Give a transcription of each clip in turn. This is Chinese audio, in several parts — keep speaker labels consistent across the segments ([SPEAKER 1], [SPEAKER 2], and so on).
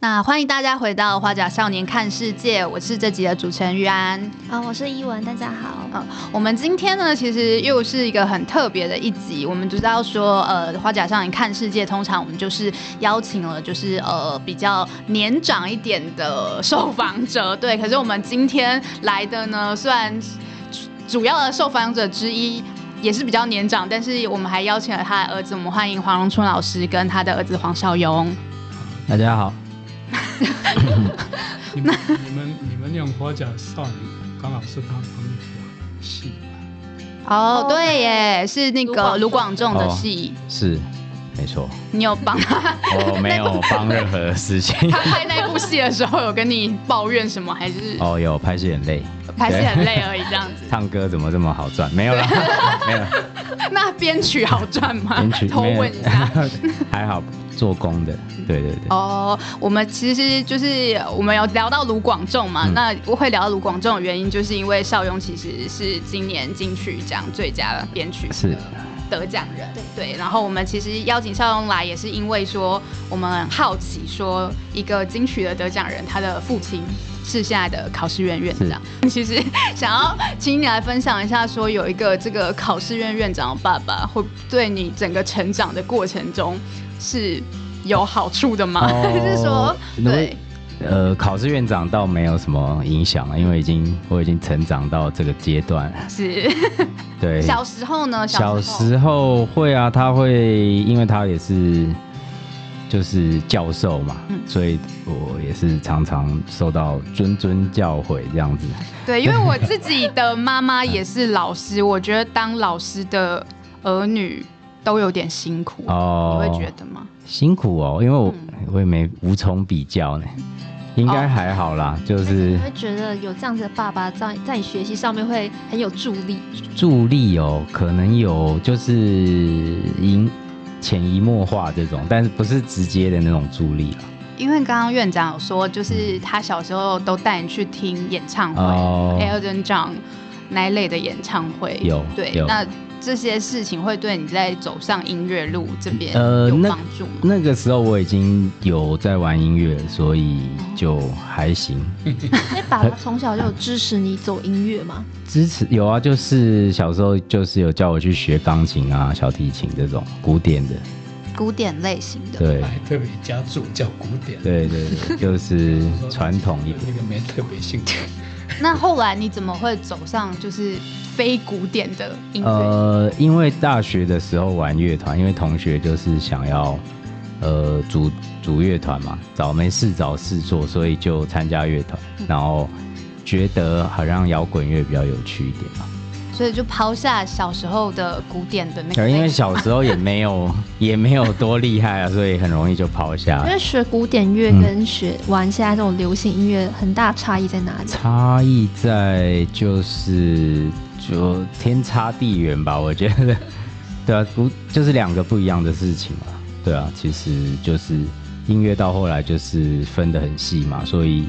[SPEAKER 1] 那欢迎大家回到《花甲少年看世界》，我是这集的主持人玉安。
[SPEAKER 2] 啊、我是依文，大家好。
[SPEAKER 1] 嗯，我们今天呢，其实又是一个很特别的一集。我们知道说，呃，花甲少年看世界，通常我们就是邀请了，就是呃比较年长一点的受访者，对。可是我们今天来的呢，虽然主要的受访者之一。也是比较年长，但是我们还邀请了他的儿子，我们欢迎黄荣春老师跟他的儿子黄少勇。
[SPEAKER 3] 大家好，
[SPEAKER 4] 你们你们你们用花甲少女刚好是他朋友的戏吧？
[SPEAKER 1] 哦
[SPEAKER 2] 哦，
[SPEAKER 1] 对耶，是那个卢
[SPEAKER 2] 卢
[SPEAKER 1] 广
[SPEAKER 2] 广
[SPEAKER 1] 仲的
[SPEAKER 3] 哦
[SPEAKER 1] 戏，
[SPEAKER 3] 是没错，
[SPEAKER 1] 你有帮 他
[SPEAKER 3] 我没有帮任何 事情。
[SPEAKER 1] 他拍那部戏的时候有跟你抱怨什么，还是
[SPEAKER 3] 哦，有拍戏很累，
[SPEAKER 1] 拍戏很累而已这样 子？
[SPEAKER 3] 唱歌怎么这么好赚？没有啦，没有，
[SPEAKER 1] 那编曲好赚吗
[SPEAKER 3] 编曲？
[SPEAKER 1] 偷
[SPEAKER 3] 没有
[SPEAKER 1] 问一 下。
[SPEAKER 3] 还好做工的，对对对，
[SPEAKER 1] 哦，我们其实就是我们有聊到卢广仲嘛，
[SPEAKER 3] 嗯
[SPEAKER 1] 那我会聊到卢广仲的原因，就是因为邵雍其实是今年金曲奖最佳编曲
[SPEAKER 3] 是
[SPEAKER 1] 得奖人，对。然后我们其实邀请邵雍来，也是因为说我们很好奇，说一个金曲的得奖人，他的父亲是现在的考试院院长。其实想要请你来分享一下，说有一个这个考试院院长的爸爸，会对你整个成长的过程中是有好处的吗？
[SPEAKER 3] 哦
[SPEAKER 1] 还啊是说
[SPEAKER 3] 如果
[SPEAKER 1] 对？
[SPEAKER 3] 呃，考试院长倒没有什么影响了，因为已经我已经成长到这个阶段，
[SPEAKER 1] 是
[SPEAKER 3] 对，
[SPEAKER 1] 小时候呢？
[SPEAKER 3] 小
[SPEAKER 1] 时候
[SPEAKER 3] 时候会啊，他会，因为他也是就是教授嘛，
[SPEAKER 1] 嗯
[SPEAKER 3] 所以我也是常常受到谆谆教诲这样子。
[SPEAKER 1] 对，因为我自己的妈妈也是老师，我觉得当老师的儿女都有点辛苦，
[SPEAKER 3] 哦
[SPEAKER 1] 你会觉得吗？
[SPEAKER 3] 辛苦哦，因为我、
[SPEAKER 1] 嗯
[SPEAKER 3] 我也没无从比较呢，应该还好
[SPEAKER 1] 哦
[SPEAKER 3] 啦，就
[SPEAKER 2] 但是
[SPEAKER 3] 是
[SPEAKER 2] 哎你会觉得有这样子的爸爸在在你学习上面会很有助力，
[SPEAKER 3] 助力哦，可能有就是引潜移默化这种，但是不是直接的那种助力啦。
[SPEAKER 1] 因为刚刚院长有说，就是他小时候都带你去听演唱会、
[SPEAKER 3] 哦
[SPEAKER 1] e l t o n John 那一类的演唱会，
[SPEAKER 3] 有
[SPEAKER 1] 对，
[SPEAKER 3] 有
[SPEAKER 1] 那这些事情会对你在走上音乐路这边
[SPEAKER 3] 呃
[SPEAKER 1] 有
[SPEAKER 3] 那
[SPEAKER 1] 帮助吗？
[SPEAKER 3] 那个时候我已经有在玩音乐，所以就还行。
[SPEAKER 2] 因为哎爸爸从小就有支持你走音乐嘛。
[SPEAKER 3] 支持有啊，就是小时候就是有叫我去学钢琴啊、小提琴这种古典的，
[SPEAKER 1] 古典类型的，
[SPEAKER 3] 对
[SPEAKER 4] 还特别加注叫古典，
[SPEAKER 3] 对对对，就是
[SPEAKER 4] 说
[SPEAKER 3] 传统一点。
[SPEAKER 4] 那个没特别兴趣。
[SPEAKER 1] 那后来你怎么会走上就是非古典的音乐？
[SPEAKER 3] 呃，因为大学的时候玩乐团，因为同学就是想要呃组组乐团嘛，找没事找事做，所以就参加乐团，
[SPEAKER 1] 嗯
[SPEAKER 3] 然后觉得好像摇滚乐比较有趣一点 嘛。
[SPEAKER 1] 所以就抛下小时候的古典的那个
[SPEAKER 3] 对
[SPEAKER 1] 类型，
[SPEAKER 3] 因为小时候也没有也没有多厉害啊，所以很容易就抛下
[SPEAKER 2] 因。为学古典乐
[SPEAKER 3] 嗯
[SPEAKER 2] 跟学玩现在这种流行音乐很大差异在哪里？
[SPEAKER 3] 差异在就是就天差地远吧，我觉得， 对啊，不就是两个不一样的事情嘛，对啊，其实就是音乐到后来就是分得很细嘛，所以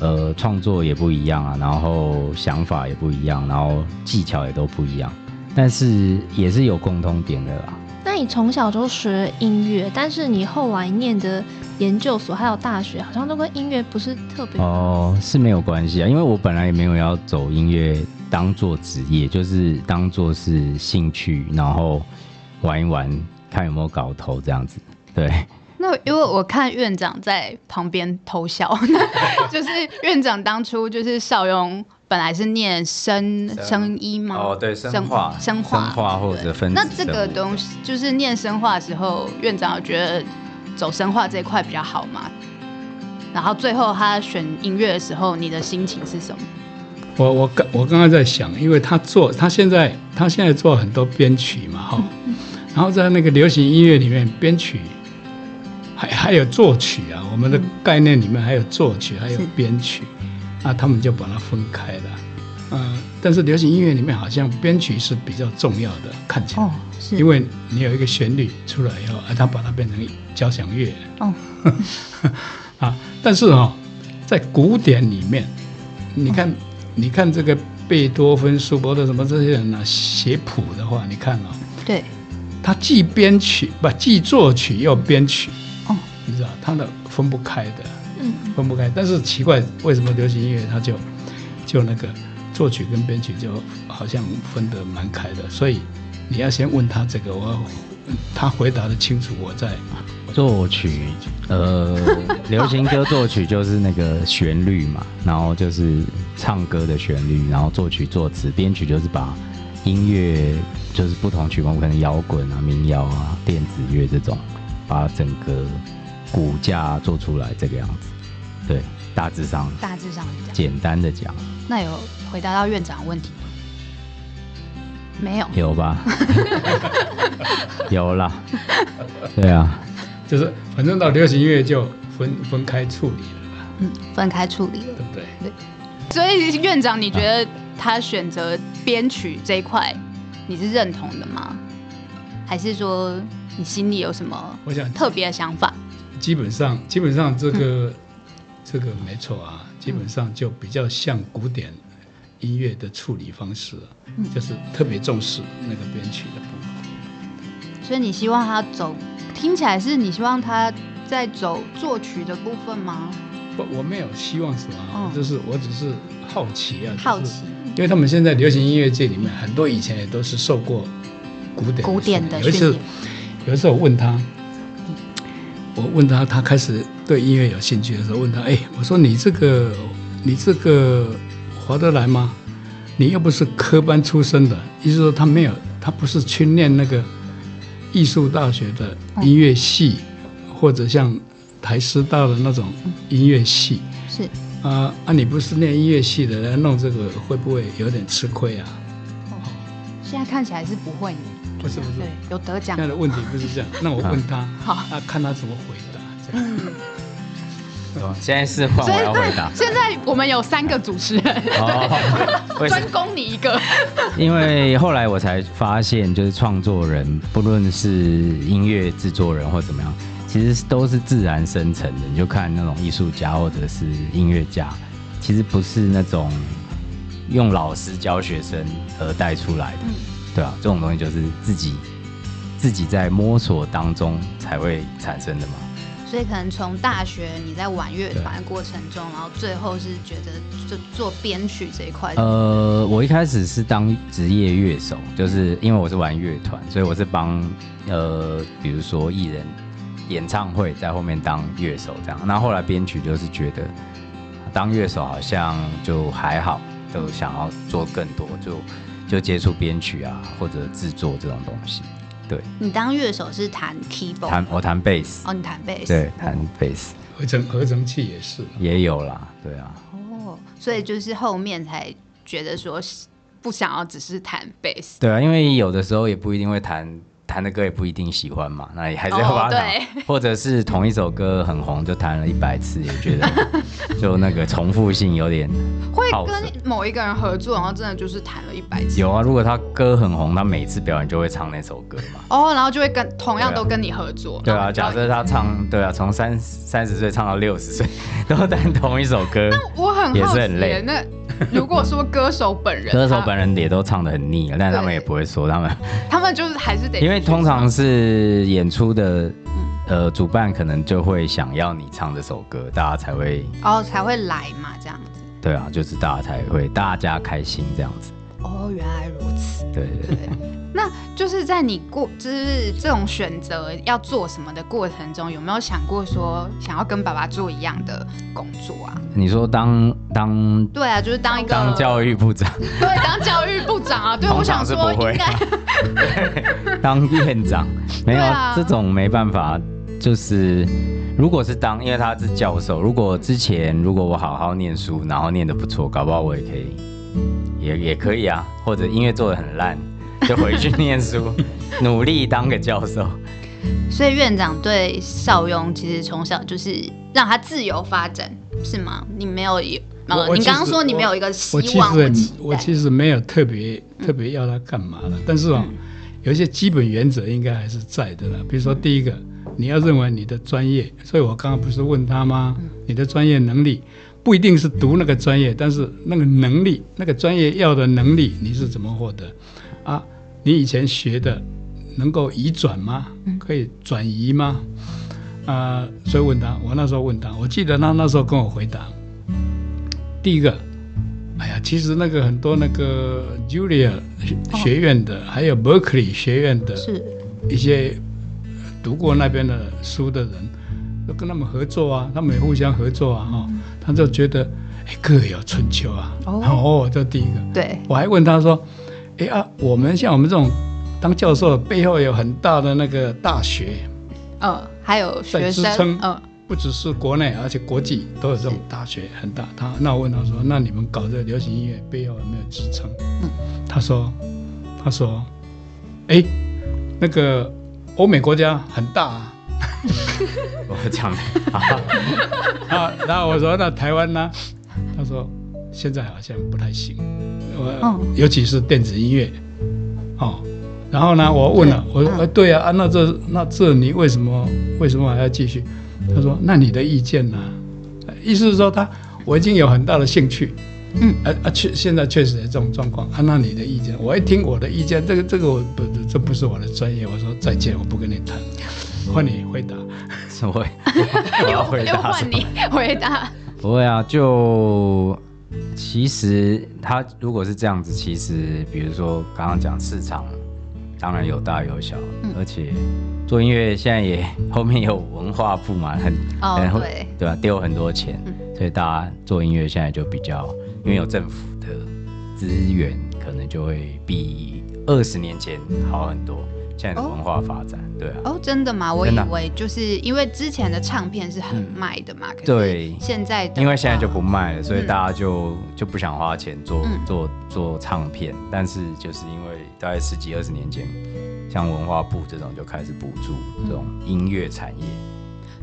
[SPEAKER 3] 呃创作也不一样啊，然后想法也不一样，然后技巧也都不一样，但是也是有共通点的啦，
[SPEAKER 2] 那你从小就学音乐，但是你后来念的研究所还有大学，好像都跟音乐不是特别。
[SPEAKER 3] 哦，是没有关系啊，因为我本来也没有要走音乐当做职业，就是当做是兴趣，然后玩一玩，看有没有搞头这样子。对，
[SPEAKER 1] 那因为我看院长在旁边偷笑， 就是院长当初就是邵雍本来是念生
[SPEAKER 3] 生
[SPEAKER 1] 生医吗？生化
[SPEAKER 3] 生化或者
[SPEAKER 1] 对
[SPEAKER 3] 分子
[SPEAKER 1] 那这个东
[SPEAKER 3] 西，
[SPEAKER 1] 西就是念生化的时候，院长有觉得走生化这一块比较好嘛？然后最后他选音乐的时候，你的心情是什么？
[SPEAKER 4] 我我刚我刚刚在想，因为他做他现在他现在做很多编曲 嘛哈，然后在那个流行音乐里面编曲，还还有作曲啊，我们的概念里面还有作
[SPEAKER 3] 嗯
[SPEAKER 4] 曲，还有编曲，啊，他们就把它分开了。嗯，但是流行音乐里面好像编曲是比较重要的，看起来，
[SPEAKER 1] 哦
[SPEAKER 2] 是
[SPEAKER 4] 因为你有一个旋律出来以后，啊，他把它变成交响乐，
[SPEAKER 1] 哦，
[SPEAKER 4] 啊，但是哈、哦，在古典里面，你
[SPEAKER 1] 哦
[SPEAKER 4] 看，你看这个贝多芬、舒伯特什么这些人呢、啊写谱的话，你看哦，
[SPEAKER 1] 对，
[SPEAKER 4] 他既编曲不既作曲又编曲，
[SPEAKER 1] 哦，
[SPEAKER 4] 你知道，它的分不开的，
[SPEAKER 2] 嗯，
[SPEAKER 4] 分不开。但是奇怪，为什么流行音乐它就就那个作曲跟编曲就好像分得蛮开的？所以你要先问他这个，我他回答的清楚，我再
[SPEAKER 3] 作曲，呃，流行歌作曲就是那个旋律嘛，然后就是唱歌的旋律，然后作曲作词，编曲就是把音乐就是不同曲风，可能摇滚啊、民谣啊、电子乐这种，把整个骨架做出来这个样子。对，大致上
[SPEAKER 1] 大致上是这样。
[SPEAKER 3] 简单的讲，
[SPEAKER 1] 那有回答到院长的问题吗？没有，
[SPEAKER 3] 有吧？有啦， 对啊，
[SPEAKER 4] 就是反正到流行音乐就分分开处理了啦，
[SPEAKER 1] 嗯，分开处理了。
[SPEAKER 4] 对不对？
[SPEAKER 1] 所以院长，你觉得他选择编曲这一块，你是认同的吗？还是说你心里有什么
[SPEAKER 4] 我想
[SPEAKER 1] 特别的想法？
[SPEAKER 4] 基本上基本上这个、这个没错啊，基本上就比较像古典音乐的处理方式啊、就是特别重视那个编曲的部分。
[SPEAKER 1] 所以你希望他走，听起来是你希望他在走作曲的部分吗？
[SPEAKER 4] 不，我没有希望什么啊，
[SPEAKER 1] 嗯
[SPEAKER 4] 就是我只是好奇啊，就是
[SPEAKER 1] 好奇，
[SPEAKER 4] 因为他们现在流行音乐界里面很多以前也都是受过古典的
[SPEAKER 1] 古典的
[SPEAKER 4] 有一
[SPEAKER 1] 训
[SPEAKER 4] 次
[SPEAKER 1] 练，
[SPEAKER 4] 有一次我问他，我问他，他开始对音乐有兴趣的时候，问他，哎，我说你这个你这个划得来吗？你又不是科班出身的，意思说他没有，他不是去念那个艺术大学的音乐系，
[SPEAKER 1] 嗯
[SPEAKER 4] 或者像台师大的那种音乐系。
[SPEAKER 1] 是
[SPEAKER 4] 啊啊！你不是念音乐系的，来弄这个会不会有点吃亏啊？
[SPEAKER 1] 哦现在看起来是不会呢，
[SPEAKER 4] 不是不是
[SPEAKER 1] 对，有得奖
[SPEAKER 4] 现在的问题不是这样。那我问他，
[SPEAKER 1] 好嗯
[SPEAKER 4] 啊，看他怎么回答。这样
[SPEAKER 3] 现在是换 我要回答。
[SPEAKER 1] 现在我们有三个主持人，
[SPEAKER 3] 哦，为什么
[SPEAKER 1] 专攻你一个。
[SPEAKER 3] 因为后来我才发现，就是创作人，不论是音乐制作人或怎么样，其实都是自然生成的。你就看那种艺术家或者是音乐家，其实不是那种用老师教学生而带出来的，对啊，这种东西就是自己自己在摸索当中才会产生的嘛。
[SPEAKER 1] 所以可能从大学你在玩乐团的过程中，然后最后是觉得就做编曲这一块，
[SPEAKER 3] 呃，我一开始是当职业乐手，就是因为我是玩乐团，所以我是帮呃，比如说艺人演唱会在后面当乐手这样。那后来编曲就是觉得当乐手好像就还好，就想要做更多，就就接触编曲啊或者制作这种东西。对，
[SPEAKER 1] 你当乐手是弹 keyboard，
[SPEAKER 3] 弹我弹贝斯，
[SPEAKER 1] 哦，你弹贝斯，
[SPEAKER 3] 对，弹贝斯
[SPEAKER 4] 合成合成器也是，
[SPEAKER 3] 也有啦，对啊。
[SPEAKER 1] 哦，所以就是后面才觉得说不想要只是弹贝斯，
[SPEAKER 3] 对啊，因为有的时候也不一定会弹弹的歌，也不一定喜欢嘛，那也还是要把它
[SPEAKER 1] 哦
[SPEAKER 3] 弹好、 或者是同一首歌很红，就弹了一百次，也觉得就那个重复性有点
[SPEAKER 1] 会
[SPEAKER 3] 好色
[SPEAKER 1] 跟某一个人合作，然后真的就是弹了一百次，
[SPEAKER 3] 有啊。如果他歌很红，他每次表演就会唱那首歌嘛。
[SPEAKER 1] 哦，然后就会跟同样都跟你合作，
[SPEAKER 3] 对
[SPEAKER 1] 然后
[SPEAKER 3] 啊，
[SPEAKER 1] 你知哦道
[SPEAKER 3] 假设他唱对啊，从三三十岁唱到六十岁， 都弹同一首歌，
[SPEAKER 1] 我很
[SPEAKER 3] 也
[SPEAKER 1] 好
[SPEAKER 3] 是
[SPEAKER 1] 奇
[SPEAKER 3] 很累
[SPEAKER 1] 耶，那如果说歌手本人，
[SPEAKER 3] 歌手本人也都唱的很腻了，但他们也不会说他们。
[SPEAKER 1] 他他们就是还是得，嗯
[SPEAKER 3] 因为通常是演出的，呃，主办可能就会想要你唱这首歌，大家才会，
[SPEAKER 1] 哦才会来嘛，这样子。
[SPEAKER 3] 对啊，就是大家才会大家开心这样子，
[SPEAKER 1] 哦，原来如此。
[SPEAKER 3] 对对对。
[SPEAKER 1] 那就是在你过，就是这种选择要做什么的过程中，有没有想过说想要跟爸爸做一样的工作啊？
[SPEAKER 3] 你说当当
[SPEAKER 1] 对啊，就是当一个
[SPEAKER 3] 当教育部 长，
[SPEAKER 1] 对当教育部长啊，对，我
[SPEAKER 3] 通
[SPEAKER 1] 想
[SPEAKER 3] 常是
[SPEAKER 1] 说
[SPEAKER 3] 不会
[SPEAKER 1] 应该
[SPEAKER 3] 当院长，没
[SPEAKER 1] 对
[SPEAKER 3] 有、
[SPEAKER 1] 啊
[SPEAKER 3] 这种没办法，就是如果是当，因为他是教授，如果之前如果我好好念书，然后念得不错，搞不好我也可以，也也可以啊，或者音乐做得很烂，就回去 念书，努力当个教授。
[SPEAKER 1] 所以院长对邵雍其实从小就是让他自由发展，是吗？你没有有，
[SPEAKER 4] 我
[SPEAKER 1] 呃
[SPEAKER 4] 我
[SPEAKER 1] 你刚刚
[SPEAKER 4] 其实
[SPEAKER 1] 说你没有一个
[SPEAKER 4] 我
[SPEAKER 1] 希
[SPEAKER 4] 其
[SPEAKER 1] 望，
[SPEAKER 4] 实
[SPEAKER 1] 期
[SPEAKER 4] 我
[SPEAKER 1] 待。嗯
[SPEAKER 4] 其实没有特别特别要他干嘛的，但是哦，有一些基本原则应该还是在的啦。比如说
[SPEAKER 1] 嗯
[SPEAKER 4] 第一个，你要认为你的专业，所以我刚刚不是问他吗？
[SPEAKER 1] 嗯
[SPEAKER 4] 你的专业能力不一定是读那个专业，但是那个能力，那个专业要的能力，你是怎么获得？啊，
[SPEAKER 1] 嗯
[SPEAKER 4] 你以前学的能够移转吗？可以转移吗？呃，所以问他，我那时候问他，我记得他那时候跟我回答，第一个，哎呀，其实那个很多那个 Julia 学院的，还有 Berkeley 学院
[SPEAKER 3] 呃
[SPEAKER 4] 的
[SPEAKER 1] 哦是
[SPEAKER 4] 一些读过那边的书的人，都跟他们合作啊，他们也互相合作啊，哈、他就觉得哎各有春秋啊，
[SPEAKER 1] 嗯哦
[SPEAKER 4] 哦，这第一个，
[SPEAKER 1] 对，
[SPEAKER 4] 我还问他说：“哎啊，我们像我们这种当教授的背后有很大的那个大学
[SPEAKER 1] 呃，还有学
[SPEAKER 4] 在支
[SPEAKER 1] 生
[SPEAKER 4] 撑，
[SPEAKER 1] 呃，，
[SPEAKER 4] 不只是国内，而且国际都有这种大学很大。”他那我问他说：“那你们搞这流行音乐背后有没有支撑？”
[SPEAKER 1] 嗯
[SPEAKER 4] 他说：“他说，哎，那个欧美国家很大啊。
[SPEAKER 3] 我讲 的，
[SPEAKER 4] 啊，然后我说那台湾呢？他说现在好像不太行，我、
[SPEAKER 1] 嗯
[SPEAKER 4] 尤其是电子音乐，哦，然后呢，我问了，我说、
[SPEAKER 1] 嗯
[SPEAKER 4] 呃对啊，啊那这那这你为什么为什么还要继续？他说那你的意见呢、呃意思是说他我已经有很大的兴趣，
[SPEAKER 1] 嗯，
[SPEAKER 4] 啊啊确现在确实有这种状况啊，那你的意见，我一听我的意见，这个这个我不这不是我的专业，我说再见，我不跟你谈，换你回答。
[SPEAKER 3] 我会，我要回
[SPEAKER 1] 又哎
[SPEAKER 3] 答什
[SPEAKER 1] 换
[SPEAKER 3] 么
[SPEAKER 1] 你 回答，
[SPEAKER 3] 不会啊，就其实他如果是这样子，其实比如说刚刚讲市场，当然有大有小，
[SPEAKER 1] 嗯
[SPEAKER 3] 而且做音乐现在也后面有文化部嘛，很
[SPEAKER 1] 哦
[SPEAKER 3] 很会
[SPEAKER 1] 对嗯
[SPEAKER 3] 对吧、丢很多钱，所以大家做音乐现在就比较，因为有政府的资源，可能就会比二十年前好很多。现在的
[SPEAKER 1] 哦
[SPEAKER 3] 文化发展，对啊，
[SPEAKER 1] 哦，真的吗？我
[SPEAKER 3] 真
[SPEAKER 1] 以
[SPEAKER 3] 的啊
[SPEAKER 1] 为就是因为之前的唱片是很卖的嘛，可是
[SPEAKER 3] 嗯对
[SPEAKER 1] 现在的
[SPEAKER 3] 因为现在
[SPEAKER 1] 话
[SPEAKER 3] 就不卖了，所以
[SPEAKER 1] 嗯
[SPEAKER 3] 大家就、就不想花钱做、
[SPEAKER 1] 嗯
[SPEAKER 3] 做做唱片。但是就是因为大概十几二十年前，像文化部这种就开始补助
[SPEAKER 1] 嗯
[SPEAKER 3] 这种音乐产业。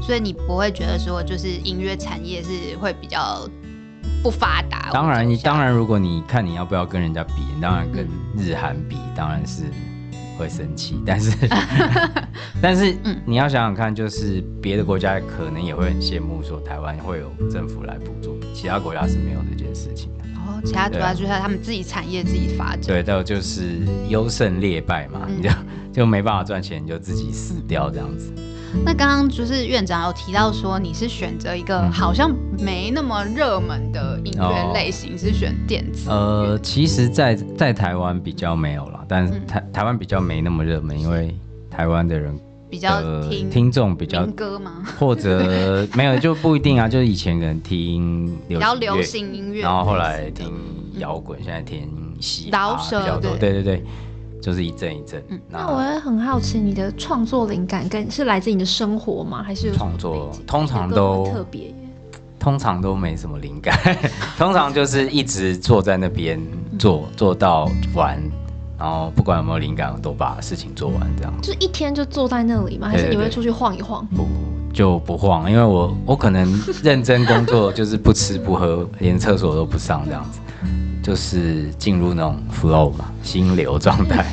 [SPEAKER 1] 所以你不会觉得说，就是音乐产业是会比较不发达。
[SPEAKER 3] 当然，
[SPEAKER 1] 啊我嗯
[SPEAKER 3] 你
[SPEAKER 1] 觉得
[SPEAKER 3] 当然，如果你看你要不要跟人家比，当然跟日韩比，当然是会生气。但是， 但是
[SPEAKER 1] 嗯
[SPEAKER 3] 你要想想看，就是别的国家可能也会很羡慕，说台湾会有政府来补助，其他国家是没有这件事情的。
[SPEAKER 1] 哦，其他主要就是他们自己产业自己发展。
[SPEAKER 3] 对，到就是优胜劣败嘛，
[SPEAKER 1] 嗯
[SPEAKER 3] 你就 就没办法赚钱，你就自己死掉这样子。
[SPEAKER 1] 那刚刚就是院长有提到说，你是选择一个
[SPEAKER 3] 嗯
[SPEAKER 1] 好像没那么热门的音乐类型，是选电子。
[SPEAKER 3] 呃，其实在，在台湾比较没有啦，但是
[SPEAKER 1] 嗯
[SPEAKER 3] 台台湾比较没那么热门，因为台湾的人
[SPEAKER 1] 比较
[SPEAKER 3] 呃
[SPEAKER 1] 听
[SPEAKER 3] 听众比较
[SPEAKER 1] 民歌吗？
[SPEAKER 3] 或者没有就不一定啊，就是以前可能听
[SPEAKER 1] 比
[SPEAKER 3] 流行
[SPEAKER 1] 较
[SPEAKER 3] 乐
[SPEAKER 1] 流行音乐，嗯
[SPEAKER 3] 然后后来听摇滚，现在听嘻哈
[SPEAKER 1] 饶
[SPEAKER 3] 比
[SPEAKER 1] 舌
[SPEAKER 3] 较多，
[SPEAKER 1] 对
[SPEAKER 3] 对对对，就是一阵一阵。
[SPEAKER 1] 嗯
[SPEAKER 2] 那我也很好奇，你的创作灵感跟是来自你的生活吗？还是有什么
[SPEAKER 3] 创作
[SPEAKER 2] 背景
[SPEAKER 3] 通常
[SPEAKER 2] 有没有
[SPEAKER 3] 都
[SPEAKER 2] 特别耶。
[SPEAKER 3] 通常都没什么灵感， 通常就是一直坐在那边做做到完，然后不管有没有灵感，都把事情做完这样。
[SPEAKER 2] 就是一天就坐在那里吗？还是
[SPEAKER 3] 对
[SPEAKER 2] 你
[SPEAKER 3] 对
[SPEAKER 2] 会
[SPEAKER 3] 对
[SPEAKER 2] 出去晃一晃？
[SPEAKER 3] 不就不晃，因为我我可能认真工作，就是不吃不喝，连厕所都不上这样子，就是进入那种 flow 嘛，心流状态。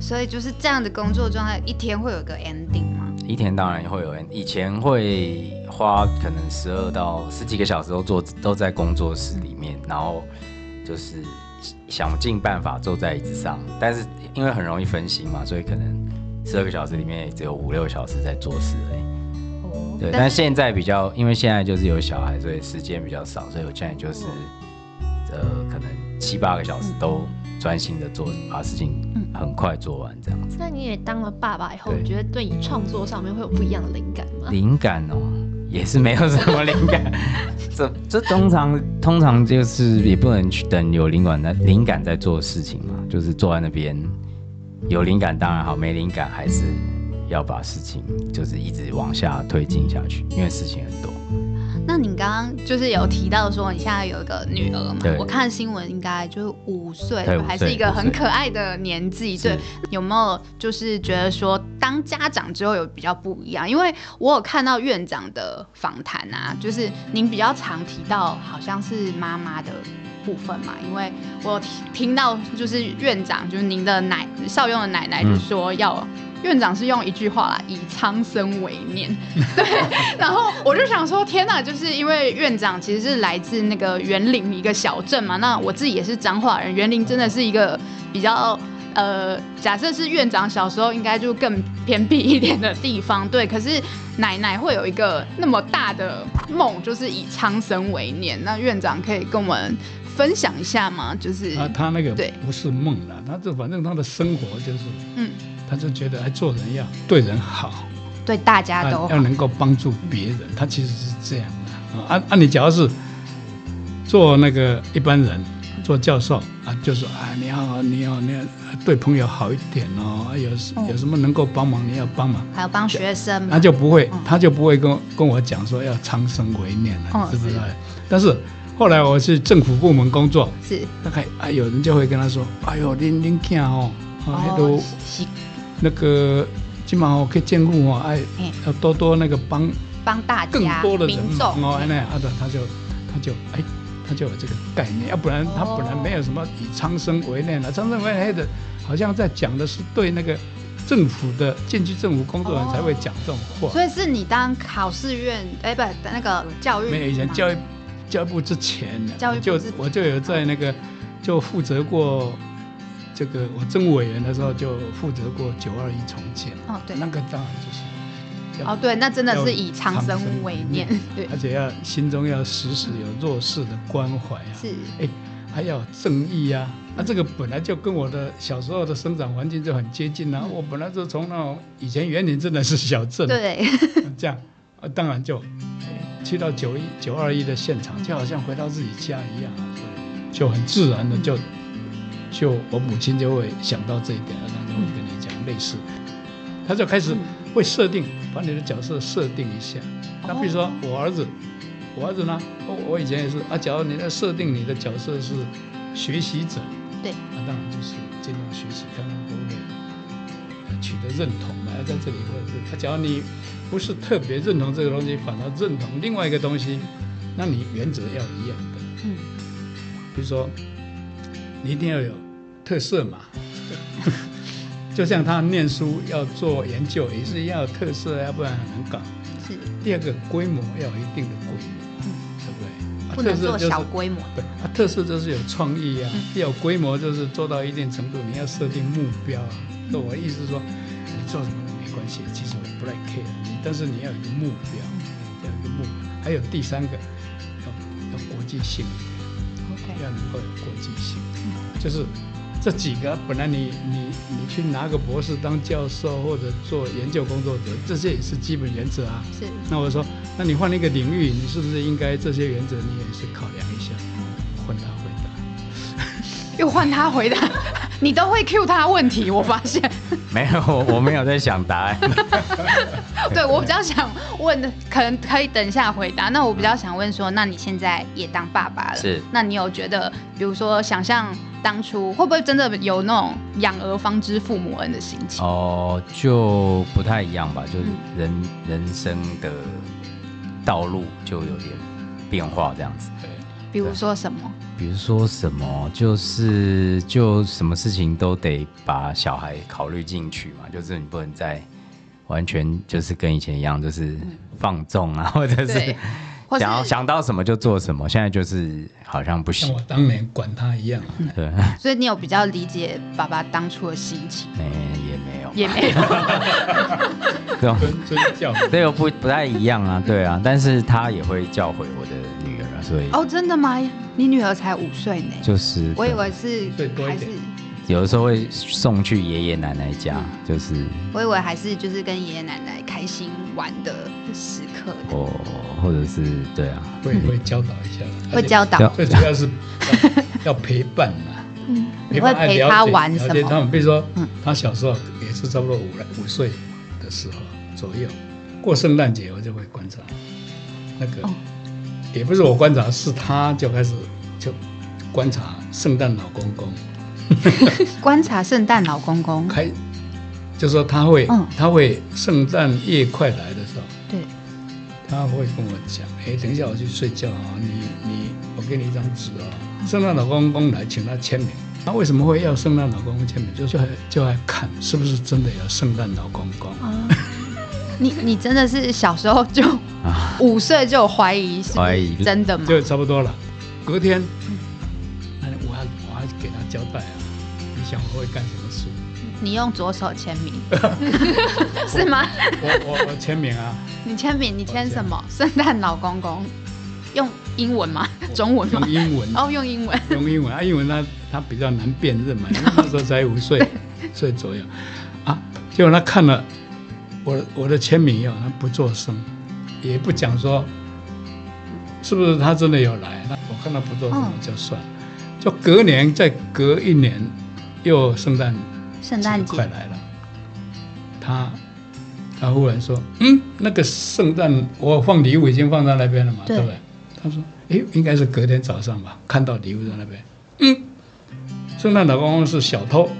[SPEAKER 1] 所以就是这样的工作状态，一天会有个 ending 吗？
[SPEAKER 3] 一天当然会有人，以前会花可能十二到十几个小时都坐都在工作室里面，然后就是想尽办法坐在椅子上，但是因为很容易分心嘛，所以可能十二个小时里面也只有五六小时在做事而已。
[SPEAKER 1] 哦
[SPEAKER 3] 对，但现在比较，因为现在就是有小孩，所以时间比较少，所以我现在就是呃可能七八个小时都专心的做，把事情
[SPEAKER 1] 嗯
[SPEAKER 3] 很快做完这样子。
[SPEAKER 2] 那你也当了爸爸以后，
[SPEAKER 3] 对
[SPEAKER 2] 你觉得对你创作上面会有不一样的灵感吗？
[SPEAKER 3] 灵感哦，也是没有什么灵感。 这这通常通常就是也不能去等有灵感在灵感在做事情嘛，就是坐在那边有灵感当然好，没灵感还是要把事情就是一直往下推进下去，因为事情很多。
[SPEAKER 1] 那你刚刚就是有提到说你现在有一个女儿嘛
[SPEAKER 3] 对？
[SPEAKER 1] 我看新闻应该就是五岁
[SPEAKER 3] 对
[SPEAKER 1] 吧，
[SPEAKER 3] 五岁
[SPEAKER 1] 还是一个很
[SPEAKER 3] 五岁
[SPEAKER 1] 可爱的年纪。对
[SPEAKER 3] 是，
[SPEAKER 1] 有没有就是觉得说当家长之后有比较不一样？因为我有看到院长的访谈啊，就是您比较常提到好像是妈妈的。部分嘛，因为我有听听到就是院长，就是您的奶校用的奶奶
[SPEAKER 3] 嗯
[SPEAKER 1] 就说要、院长是用一句话啦，以苍生为念， 然后我就想说，天呐，就是因为院长其实是来自那个园林一个小镇嘛，那我自己也是彰化人，园林真的是一个比较呃，假设是院长小时候应该就更偏僻一点的地方，对。可是奶奶会有一个那么大的梦，就是以苍生为念。那院长可以跟我们分享一下吗？就是，
[SPEAKER 4] 他他那个
[SPEAKER 1] 对
[SPEAKER 4] 不是梦了，他这反正他的生活就是，
[SPEAKER 1] 嗯，
[SPEAKER 4] 他就觉得哎，做人要对人好，
[SPEAKER 1] 对大家
[SPEAKER 4] 啊
[SPEAKER 1] 都
[SPEAKER 4] 要
[SPEAKER 1] 好，
[SPEAKER 4] 能够帮助别人，他其实是这样的啊。啊啊，你假如是做那个一般人，做教授啊，就说啊，你要你要你要对朋友好一点哦，啊有什
[SPEAKER 1] 哦
[SPEAKER 4] 有什么能够帮忙你要帮忙，
[SPEAKER 1] 还有帮学生嘛，
[SPEAKER 4] 他就不会
[SPEAKER 1] 嗯
[SPEAKER 4] 他就不会跟我跟我讲说要苍生为念
[SPEAKER 1] 哦
[SPEAKER 4] 了，你知不知道
[SPEAKER 1] 是？
[SPEAKER 4] 但是后来我去政府部门工作，
[SPEAKER 1] 是
[SPEAKER 4] 大概啊有人就会跟他说，哎呦，恁恁囝哦，啊，迄都
[SPEAKER 1] 哦，习
[SPEAKER 4] 那个。今嘛哦，去政府哦，哎
[SPEAKER 1] 嗯，
[SPEAKER 4] 要多多那个帮
[SPEAKER 1] 帮大
[SPEAKER 4] 更
[SPEAKER 1] 家
[SPEAKER 4] 多的人
[SPEAKER 1] 民众
[SPEAKER 4] 哦，那样啊，对他就他就哎，他就有这个概念，要、啊不
[SPEAKER 1] 哦
[SPEAKER 4] 然他本来没有什么以苍生为念了，苍生为念的，好像在讲的是对那个政府的进去政府工作人才会讲这种话。
[SPEAKER 1] 所以是你当考试院，哎、不，那个教育
[SPEAKER 4] 没有以前
[SPEAKER 1] 吗
[SPEAKER 4] 教育教育部之前呢，
[SPEAKER 1] 教育
[SPEAKER 4] 我
[SPEAKER 1] 部
[SPEAKER 4] 就
[SPEAKER 1] 之
[SPEAKER 4] 我就有在那个就负责过这个我政务委员的时候就负责过九二一重建，
[SPEAKER 1] 哦，对，
[SPEAKER 4] 那个当然就是要
[SPEAKER 1] 哦，对，那真的
[SPEAKER 4] 要
[SPEAKER 1] 是以长生为念，对，
[SPEAKER 4] 而且要心中要时时有弱势的关怀啊，
[SPEAKER 1] 是
[SPEAKER 4] 哎，还要有正义啊，啊，这个本来就跟我的小时候的生长环境就很接近啊，我本来就从那种以前园林真的是小镇，啊
[SPEAKER 1] 对，
[SPEAKER 4] 这样啊，当然就哎去到九一九二一的现场，就好像回到自己家一样啊，所以就很自然的就就我母亲就会想到这一点，然后就会跟你讲类似，她就开始会设定把你的角色设定一下。那比如说我儿子，我儿子呢，我我以前也是啊，假如你在设定你的角色是学习者，
[SPEAKER 1] 对
[SPEAKER 4] 那当然就是尽量学习，看看可不可以取得认同嘛。在这里或者是，啊，假如你不是特别认同这个东西，反而认同另外一个东西，那你原则要一样的。
[SPEAKER 1] 嗯，
[SPEAKER 4] 比如说，你一定要有特色嘛。就像他念书要做研究，也是要有特色，要不然很难搞。
[SPEAKER 1] 是
[SPEAKER 4] 第二个规模要有一定的规模，对不对？啊
[SPEAKER 1] 不能
[SPEAKER 4] 特色
[SPEAKER 1] 做
[SPEAKER 4] 就是
[SPEAKER 1] 小规模，
[SPEAKER 4] 对，啊，特色就是有创意啊
[SPEAKER 1] 嗯，
[SPEAKER 4] 要有规模就是做到一定程度，你要设定目标啊。那我的意思是说，你做什么都没关系，其实我不太 care 你，但是你要有一个目标，要有一个目标。还有第三个，要要国际性，
[SPEAKER 1] ，OK，
[SPEAKER 4] 要能够有国际性，就是。这几个啊本来你你你去拿个博士当教授或者做研究工作者，这些也是基本原则啊。
[SPEAKER 1] 是
[SPEAKER 4] 那我说，那你换一个领域，你是不是应该这些原则你也是考量一下？混搭回答，
[SPEAKER 1] 又换他回 答，你都会 Q 他问题，我发现，
[SPEAKER 3] 没有，我我没有在想答 案。
[SPEAKER 1] 对我比较想问的，可能可以等一下回答。那我比较想问说，那你现在也当爸爸了，
[SPEAKER 3] 是
[SPEAKER 1] 那你有觉得，比如说想象当初会不会真的有那种养儿方知父母恩的心情？
[SPEAKER 3] 哦，就不太一样吧，就是人、人生的道路就有点变化这样子。
[SPEAKER 1] 比如说什么？
[SPEAKER 3] 比如说什么，就是就什么事情都得把小孩考虑进去嘛，就是你不能再完全就是跟以前一样，就是放纵啊， 或者是
[SPEAKER 1] 对或是
[SPEAKER 3] 想要想到什么就做什么。现在就是好像不
[SPEAKER 4] 像
[SPEAKER 3] 行
[SPEAKER 4] 我，当年管他一样。
[SPEAKER 1] 嗯
[SPEAKER 3] 对， 哎
[SPEAKER 1] 所以你有比较理解爸爸当初的心情，
[SPEAKER 3] 没也没有
[SPEAKER 1] 也没有。
[SPEAKER 3] 这种
[SPEAKER 4] 跟真教，
[SPEAKER 3] 这个不不太一样啊，对啊，但是他也会教诲我的女儿，啊所以
[SPEAKER 1] 哦，真的吗？你女儿才五岁呢，
[SPEAKER 3] 就是
[SPEAKER 1] 我以为是
[SPEAKER 4] 岁多
[SPEAKER 1] 还
[SPEAKER 4] 一点
[SPEAKER 1] 是
[SPEAKER 3] 有的时候会送去爷爷奶奶家，就是
[SPEAKER 1] 我以为还是就是跟爷爷奶奶开心玩的时刻呢，
[SPEAKER 4] 哦
[SPEAKER 3] 我或者是对啊，
[SPEAKER 4] 会会教导一下，
[SPEAKER 1] 会教导
[SPEAKER 3] 要
[SPEAKER 4] 而且。最主要是要要陪伴嘛，
[SPEAKER 2] 嗯，
[SPEAKER 1] 你会陪他玩
[SPEAKER 4] 了解
[SPEAKER 1] 什么
[SPEAKER 4] 了解他们比如说
[SPEAKER 1] 嗯，
[SPEAKER 4] 他小时候也是差不多五来五岁的时候左右，过圣诞节我就会观察那个
[SPEAKER 1] 哦，
[SPEAKER 4] 也不是我观察，是他就开始就观察圣诞老公公。
[SPEAKER 1] 观察圣诞老公公。
[SPEAKER 4] 开，就说他会，
[SPEAKER 1] 嗯
[SPEAKER 4] 他会圣诞夜快来的时候，
[SPEAKER 1] 对，
[SPEAKER 4] 他会跟我讲，哎，等一下我去睡觉啊、你你，我给你一张纸啊、圣诞老公公来，请他签名。他为什么会要圣诞老公公签名？就是还就来看是不是真的有圣诞老公公。
[SPEAKER 1] 嗯
[SPEAKER 2] 啊，
[SPEAKER 1] 你你真的是小时候就
[SPEAKER 3] 啊
[SPEAKER 1] 五岁就有怀疑是不
[SPEAKER 3] 怀
[SPEAKER 1] 是
[SPEAKER 3] 疑
[SPEAKER 1] 真的吗？
[SPEAKER 4] 就差不多了。
[SPEAKER 1] 嗯
[SPEAKER 4] 隔天，那我要我要给他交代啊，你想我会干什么事？
[SPEAKER 1] 你用左手签 名，是吗？
[SPEAKER 4] 我我我签名啊，
[SPEAKER 1] 你签名，你签什么？圣诞老公公，用英文吗？
[SPEAKER 4] 哦
[SPEAKER 1] 中文吗
[SPEAKER 4] 用？英文，
[SPEAKER 1] 哦，用英文。
[SPEAKER 4] 用英文啊，英文它它比较难辨认嘛，因为那时候才五岁岁左右啊，结果他看了我我的签名以后，他不作声，也不讲说是不是他真的有来，那我看他不作声
[SPEAKER 1] 嗯
[SPEAKER 4] 就算了，就隔年再隔一年又圣诞
[SPEAKER 1] 圣诞节
[SPEAKER 4] 快来了，他他忽然说，嗯，那个圣诞我放礼物已经放在那边了嘛，
[SPEAKER 2] 对
[SPEAKER 4] 对不对？他说，诶，应该是隔天早上吧，看到礼物在那边，嗯，圣诞老公公是小偷，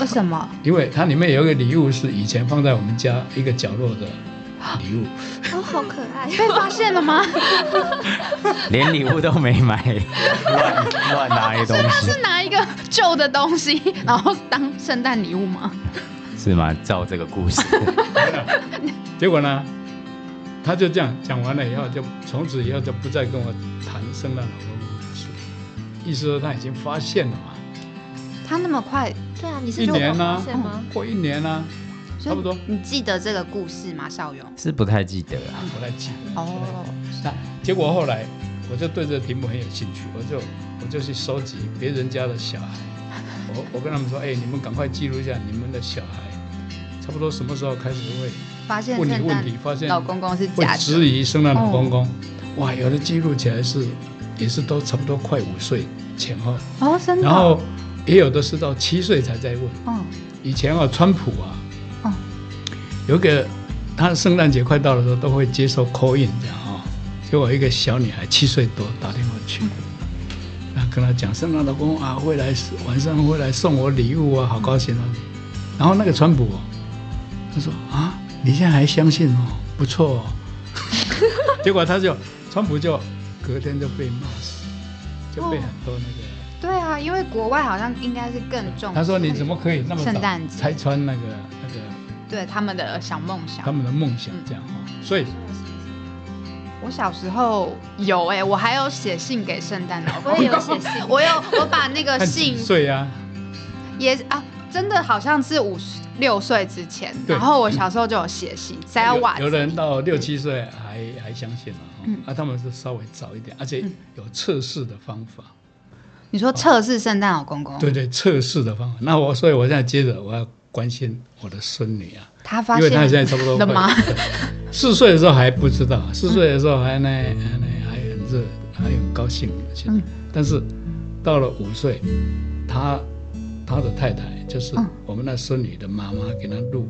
[SPEAKER 1] 为什 么？
[SPEAKER 4] 因为它里面有一个礼物是以前放在我们家一个角落的礼物，
[SPEAKER 2] 哦，好可爱。
[SPEAKER 1] 被发现了吗？
[SPEAKER 3] 连礼物都没买，乱乱拿一东
[SPEAKER 1] 他
[SPEAKER 3] 西
[SPEAKER 1] 是拿一个旧的东西，然后当圣诞礼物吗？
[SPEAKER 3] 是吗？照这个故事，
[SPEAKER 4] 结果呢，他就这样讲完了以后，就从此以后就不再跟我谈圣诞老公公的事，意思说他已经发现了嘛。
[SPEAKER 1] 他那么快，
[SPEAKER 2] 对啊，你是
[SPEAKER 4] 一
[SPEAKER 2] 就
[SPEAKER 4] 年
[SPEAKER 2] 我
[SPEAKER 4] 呢、
[SPEAKER 2] 发现吗？
[SPEAKER 4] 过一年呢、啊
[SPEAKER 1] 所
[SPEAKER 4] 差不多
[SPEAKER 1] 以你记得这个故事吗？邵勇？
[SPEAKER 3] 是不太记得啊。
[SPEAKER 4] 我来记得。
[SPEAKER 1] 哦，
[SPEAKER 4] 那结果后来，我就对这个题目很有兴趣，我就我就去收集别人家的小孩，我我跟他们说，哎、你们赶快记录一下你们的小孩，差不多什么时候开始会
[SPEAKER 1] 发现
[SPEAKER 4] 问你
[SPEAKER 1] 圣
[SPEAKER 4] 问
[SPEAKER 1] 诞
[SPEAKER 4] 题，发现
[SPEAKER 1] 老公嗯公是
[SPEAKER 4] 会
[SPEAKER 1] 假的，
[SPEAKER 4] 质疑圣诞老公公，哇，有的记录起来是也是都差不多快五岁前后，
[SPEAKER 1] 哦，真的
[SPEAKER 4] 然
[SPEAKER 1] 哦，
[SPEAKER 4] 后也有的是到七岁才在问。
[SPEAKER 1] 嗯，
[SPEAKER 4] 以前啊，川普啊，
[SPEAKER 1] 嗯
[SPEAKER 4] 有一个他圣诞节快到的时候都会接受 call in 这样啊、结果一个小女孩七岁多打电话去，
[SPEAKER 1] 嗯
[SPEAKER 4] 那跟他讲圣诞老公啊会来晚上会来送我礼物啊，好高兴啊。然后那个川普、哦，他说啊，你现在还相信哦，不错哦。 结果他就川普就隔天就被骂死，就
[SPEAKER 1] 哦
[SPEAKER 4] 被很多那个。
[SPEAKER 1] 对啊，因为国外好像应该是更重视，
[SPEAKER 4] 他说：“你怎么可以那么
[SPEAKER 1] 圣
[SPEAKER 4] 早
[SPEAKER 1] 诞节
[SPEAKER 4] 拆穿那个那个
[SPEAKER 1] 对他们的小梦想
[SPEAKER 4] 他？们的梦想这样哦？所以
[SPEAKER 1] 我小时候有哎、我还有写信给圣诞老公
[SPEAKER 2] 我也有写信
[SPEAKER 1] 我有我把那个
[SPEAKER 4] 看
[SPEAKER 1] 信
[SPEAKER 4] 几岁啊？
[SPEAKER 1] 也啊，真的好像是五十六岁之前，
[SPEAKER 4] 对
[SPEAKER 1] 然后我小时候就有写信，塞到袜
[SPEAKER 4] 有有的
[SPEAKER 1] 子
[SPEAKER 4] 人
[SPEAKER 1] 里。
[SPEAKER 4] 到六七岁还还相信了哦
[SPEAKER 1] 嗯
[SPEAKER 4] 啊，他们是稍微早一点，而且
[SPEAKER 1] 嗯
[SPEAKER 4] 有测试的方法。
[SPEAKER 1] 你说测试圣诞老公公，
[SPEAKER 4] 对对，测试的方法。那我所以我现在接着我要关心我的孙女啊，
[SPEAKER 1] 他发
[SPEAKER 4] 因为
[SPEAKER 1] 现
[SPEAKER 4] 她现在差不多
[SPEAKER 1] 了吗？ 嗯
[SPEAKER 4] 快四岁的时候还不知道，四岁的时候还呢还呢还很热，还很高兴的现在
[SPEAKER 1] 嗯
[SPEAKER 4] 但是到了五岁，他他的太太就是
[SPEAKER 1] 嗯
[SPEAKER 4] 我们那孙女的妈妈给他录，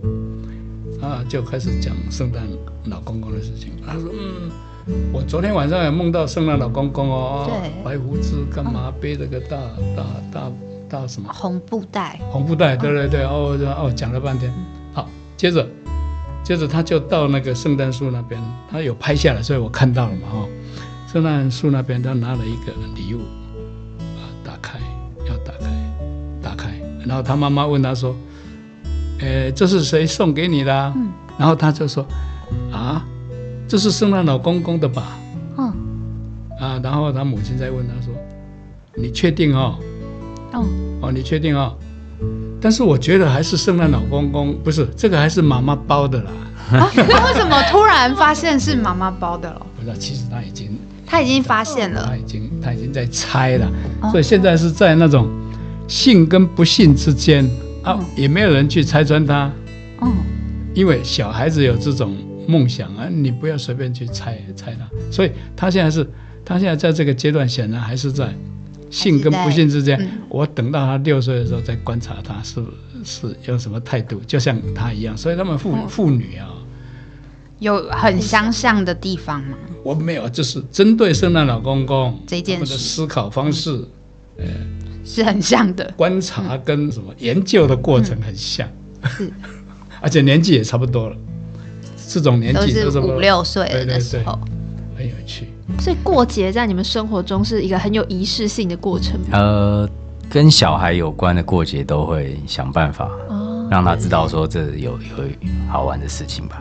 [SPEAKER 4] 啊，就开始讲圣诞老公公的事情。他说：“嗯，我昨天晚上有梦到圣诞老公公哦，
[SPEAKER 1] 对嗯
[SPEAKER 4] 白胡子干嘛背着个大大大大什么
[SPEAKER 1] 红布 袋，
[SPEAKER 4] 红布袋，对对对，哦就哦，讲了半天，好，接着接着他就到那个圣诞树那边，他有拍下来，所以我看到了嘛，哦，圣诞树那边他拿了一个礼物，啊，打开，要打开，打开，然后他妈妈问他说，呃，这是谁送给你的、啊？
[SPEAKER 1] 嗯
[SPEAKER 4] 然后他就说，啊，这是圣诞老公公的吧？
[SPEAKER 1] 嗯
[SPEAKER 4] 啊，然后他母亲再问他说，你确定哦？
[SPEAKER 1] 嗯，
[SPEAKER 4] 哦，你确定哦？但是我觉得还是圣诞老公公，不是这个还是妈妈包的啦。
[SPEAKER 1] 啊，他为什么突然发现是妈妈包的了？
[SPEAKER 4] 不知道，其实他已经
[SPEAKER 1] 他已经发现了
[SPEAKER 4] 他，已经他已经在猜了，
[SPEAKER 1] 哦
[SPEAKER 4] 所以现在是在那种信跟不信之间啊，
[SPEAKER 1] 嗯
[SPEAKER 4] 也没有人去拆穿他，
[SPEAKER 1] 嗯，
[SPEAKER 4] 因为小孩子有这种梦想啊，你不要随便去猜猜他。所以他现在是，他现在在这个阶段显然还是在信跟不信之间。
[SPEAKER 1] 还是在嗯
[SPEAKER 4] 我等到他六岁的时候再观察他是是用什么态度，就像他一样。所以他们父、
[SPEAKER 1] 嗯
[SPEAKER 4] 父女啊，
[SPEAKER 1] 有很相像的地方吗？
[SPEAKER 4] 我没有就是针对圣诞老公公
[SPEAKER 1] 这件
[SPEAKER 4] 他们的
[SPEAKER 1] 事
[SPEAKER 4] 思考方式、
[SPEAKER 1] 是很像的，
[SPEAKER 4] 观察跟什么研究的过程很像，
[SPEAKER 1] 嗯是
[SPEAKER 4] 而且年纪也差不多了。这种年
[SPEAKER 1] 都
[SPEAKER 4] 纪
[SPEAKER 1] 是
[SPEAKER 4] 这么
[SPEAKER 1] 五六岁了
[SPEAKER 4] 对对
[SPEAKER 1] 的时
[SPEAKER 4] 对
[SPEAKER 1] 候。
[SPEAKER 4] 很有趣。
[SPEAKER 2] 所以过节在你们生活中是一个很有仪式性的过程吗？
[SPEAKER 3] 呃，跟小孩有关的过节都会想办法
[SPEAKER 2] 哦
[SPEAKER 3] 让他知道说这有有好玩的事情吧。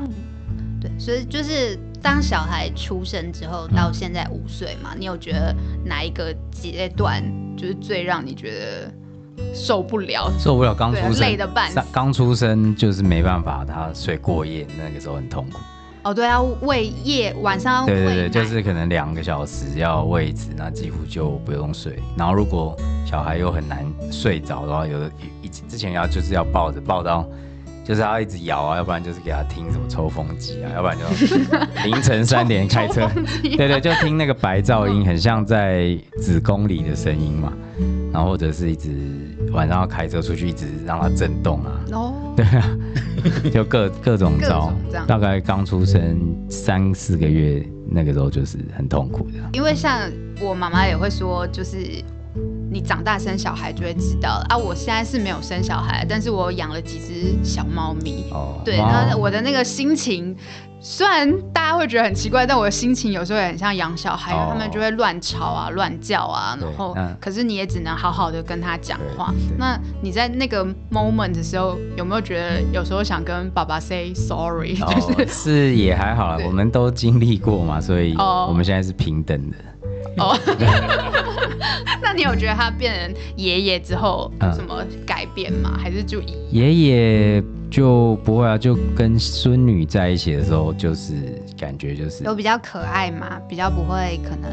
[SPEAKER 1] 对，所以就是当小孩出生之
[SPEAKER 3] 嗯
[SPEAKER 1] 后到现在五岁嘛，你有觉得哪一个阶段就是最让你觉得受不了。
[SPEAKER 3] 受不了刚出
[SPEAKER 1] 对
[SPEAKER 3] 生，
[SPEAKER 1] 累得半死
[SPEAKER 3] 三刚出生就是没办法，他睡过夜那个时候很痛苦。
[SPEAKER 1] 哦，对，要喂夜，晚上要喂
[SPEAKER 3] 对
[SPEAKER 1] 奶
[SPEAKER 3] 对对，就是可能两个小时要喂一次，那几乎就不用睡。然后如果小孩又很难睡着的话，有的一一之前要就是要抱着抱到，就是要一直摇啊，要不然就是给他听什么抽风机啊，要不 然就凌晨三点开 车，对对，就听那个白噪 音，很像在子宫里的声音嘛。然后或者是一直晚上要开车出去，一直让它震动啊，
[SPEAKER 1] 哦，
[SPEAKER 3] 对啊， 就各各种
[SPEAKER 1] 各
[SPEAKER 3] 招
[SPEAKER 1] 种这样，
[SPEAKER 3] 大概刚出生三四个月那个时候就是很痛苦的。
[SPEAKER 1] 因为像我妈妈也会说，就是你长大生小孩就会知道了啊。我现在是没有生小孩，但是我养了几只小猫咪。
[SPEAKER 3] 哦，
[SPEAKER 1] 对，
[SPEAKER 3] 猫
[SPEAKER 1] 然后我的那个心情，虽然大家会觉得很奇怪，但我的心情有时候也很像养小孩，因为他们就会乱吵啊、乱叫啊，
[SPEAKER 3] 哦对
[SPEAKER 1] 然后
[SPEAKER 3] 嗯
[SPEAKER 1] 可是你也只能好好的跟他讲话
[SPEAKER 3] 对对。
[SPEAKER 1] 那你在那个 moment 的时候，有没有觉得有时候想跟爸爸 say sorry？就是
[SPEAKER 3] 哦 是也还好啦，
[SPEAKER 1] 对
[SPEAKER 3] 我们都经历过嘛，所以
[SPEAKER 1] 哦
[SPEAKER 3] 我们现在是平等的。
[SPEAKER 1] 哦，那你有觉得他变成爷爷之后
[SPEAKER 3] 嗯
[SPEAKER 1] 有什么改变吗？还是就一
[SPEAKER 3] 爷爷就不会啊，就跟孙女在一起的时候，就是感觉就是
[SPEAKER 1] 有比较可爱嘛，比较不会可能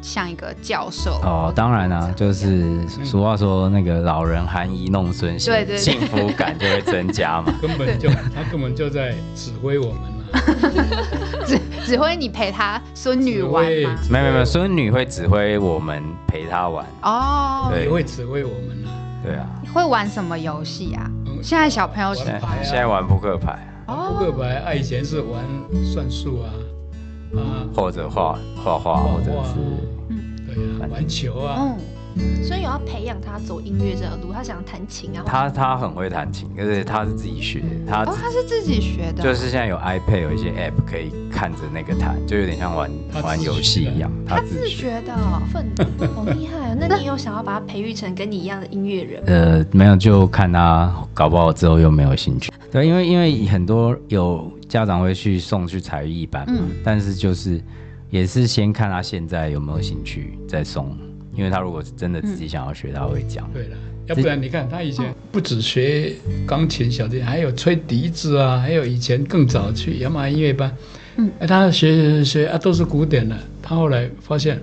[SPEAKER 1] 像一个教授
[SPEAKER 3] 哦，当然啊，就是
[SPEAKER 4] 嗯
[SPEAKER 3] 俗话说那个老人含饴弄孙，幸
[SPEAKER 1] 对对对
[SPEAKER 3] 幸福感就会增加 嘛。
[SPEAKER 4] 根本就他根本就在指挥我们啊了、
[SPEAKER 1] 指指挥你陪他孙 女玩吗？
[SPEAKER 4] 指挥
[SPEAKER 3] 没有没有没有，孙女会指挥我们陪她玩。
[SPEAKER 1] 哦，
[SPEAKER 3] 对
[SPEAKER 4] 也会指挥我们了、啊。
[SPEAKER 3] 对啊，
[SPEAKER 1] 会玩什么游戏啊？
[SPEAKER 4] 嗯
[SPEAKER 1] 现在小朋友
[SPEAKER 4] 玩
[SPEAKER 1] 是哦
[SPEAKER 3] 现
[SPEAKER 4] 牌
[SPEAKER 3] 在
[SPEAKER 4] 啊
[SPEAKER 3] 现在玩扑克牌
[SPEAKER 4] 扑克牌啊，以前是玩算术啊，啊，
[SPEAKER 3] 或者画画画，
[SPEAKER 4] 画画
[SPEAKER 3] 或者是
[SPEAKER 4] 对啊，玩球
[SPEAKER 3] 哦
[SPEAKER 4] 啊，
[SPEAKER 1] 嗯，
[SPEAKER 2] 所以有要培养他走音乐这条路，他想弹琴 啊，
[SPEAKER 3] 他他很会弹琴，而且他是自己学，他
[SPEAKER 1] 哦，他是自己学的，
[SPEAKER 3] 就是现在有 iPad 有一些 App 可以看着那个弹，就有点像玩
[SPEAKER 4] 他自己
[SPEAKER 3] 玩游戏一样，他
[SPEAKER 1] 他
[SPEAKER 3] 自
[SPEAKER 1] 自
[SPEAKER 3] 己学。
[SPEAKER 1] 学的哦。
[SPEAKER 2] 分 好厉害啊！那你有想要把他培育成跟你一样的音乐人吗？
[SPEAKER 3] 呃，没有，就看他搞不好之后又没有兴趣。对，因为因为很多有家长会去送去才艺班嘛，
[SPEAKER 1] 嗯
[SPEAKER 3] 但是就是也是先看他现在有没有兴趣再送，因为他如果是真的
[SPEAKER 1] 嗯
[SPEAKER 3] 自己想要学，他会讲。
[SPEAKER 4] 对了。要不然你看，他以前不止学钢琴、小提琴，还有吹笛子啊，还有以前更早去雅马哈音乐班，
[SPEAKER 1] 嗯
[SPEAKER 4] 哎，他学学学啊，都是古典的。他后来发现，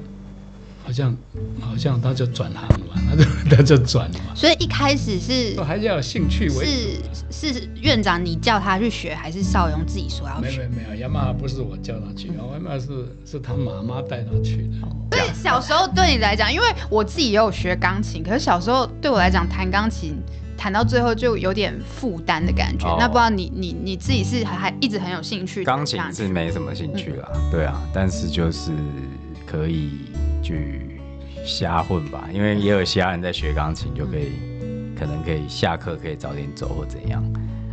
[SPEAKER 4] 好像好像他就转行了嘛，他就 他就转了嘛，
[SPEAKER 1] 所以一开始是
[SPEAKER 4] 还是要有兴趣哦为主。
[SPEAKER 1] 是是院长你叫他去学，还是邵勇自己说要
[SPEAKER 4] 没
[SPEAKER 1] 学？
[SPEAKER 4] 有没有，雅马哈不是我叫他去，哦雅马哈是是他妈妈带他去的。
[SPEAKER 1] 所以小时候对你来讲，因为我自己也有学钢琴，可是小时候对我来讲弹钢琴。弹到最后就有点负担的感觉，
[SPEAKER 3] 哦
[SPEAKER 1] 那不知道你你你自己是还还一直很有兴趣啊
[SPEAKER 3] 钢琴是没什么兴趣啦，对啊，但是就是可以去瞎混吧，因为也有其他人在学钢琴，就可以、可能可以下课可以早点走或怎样，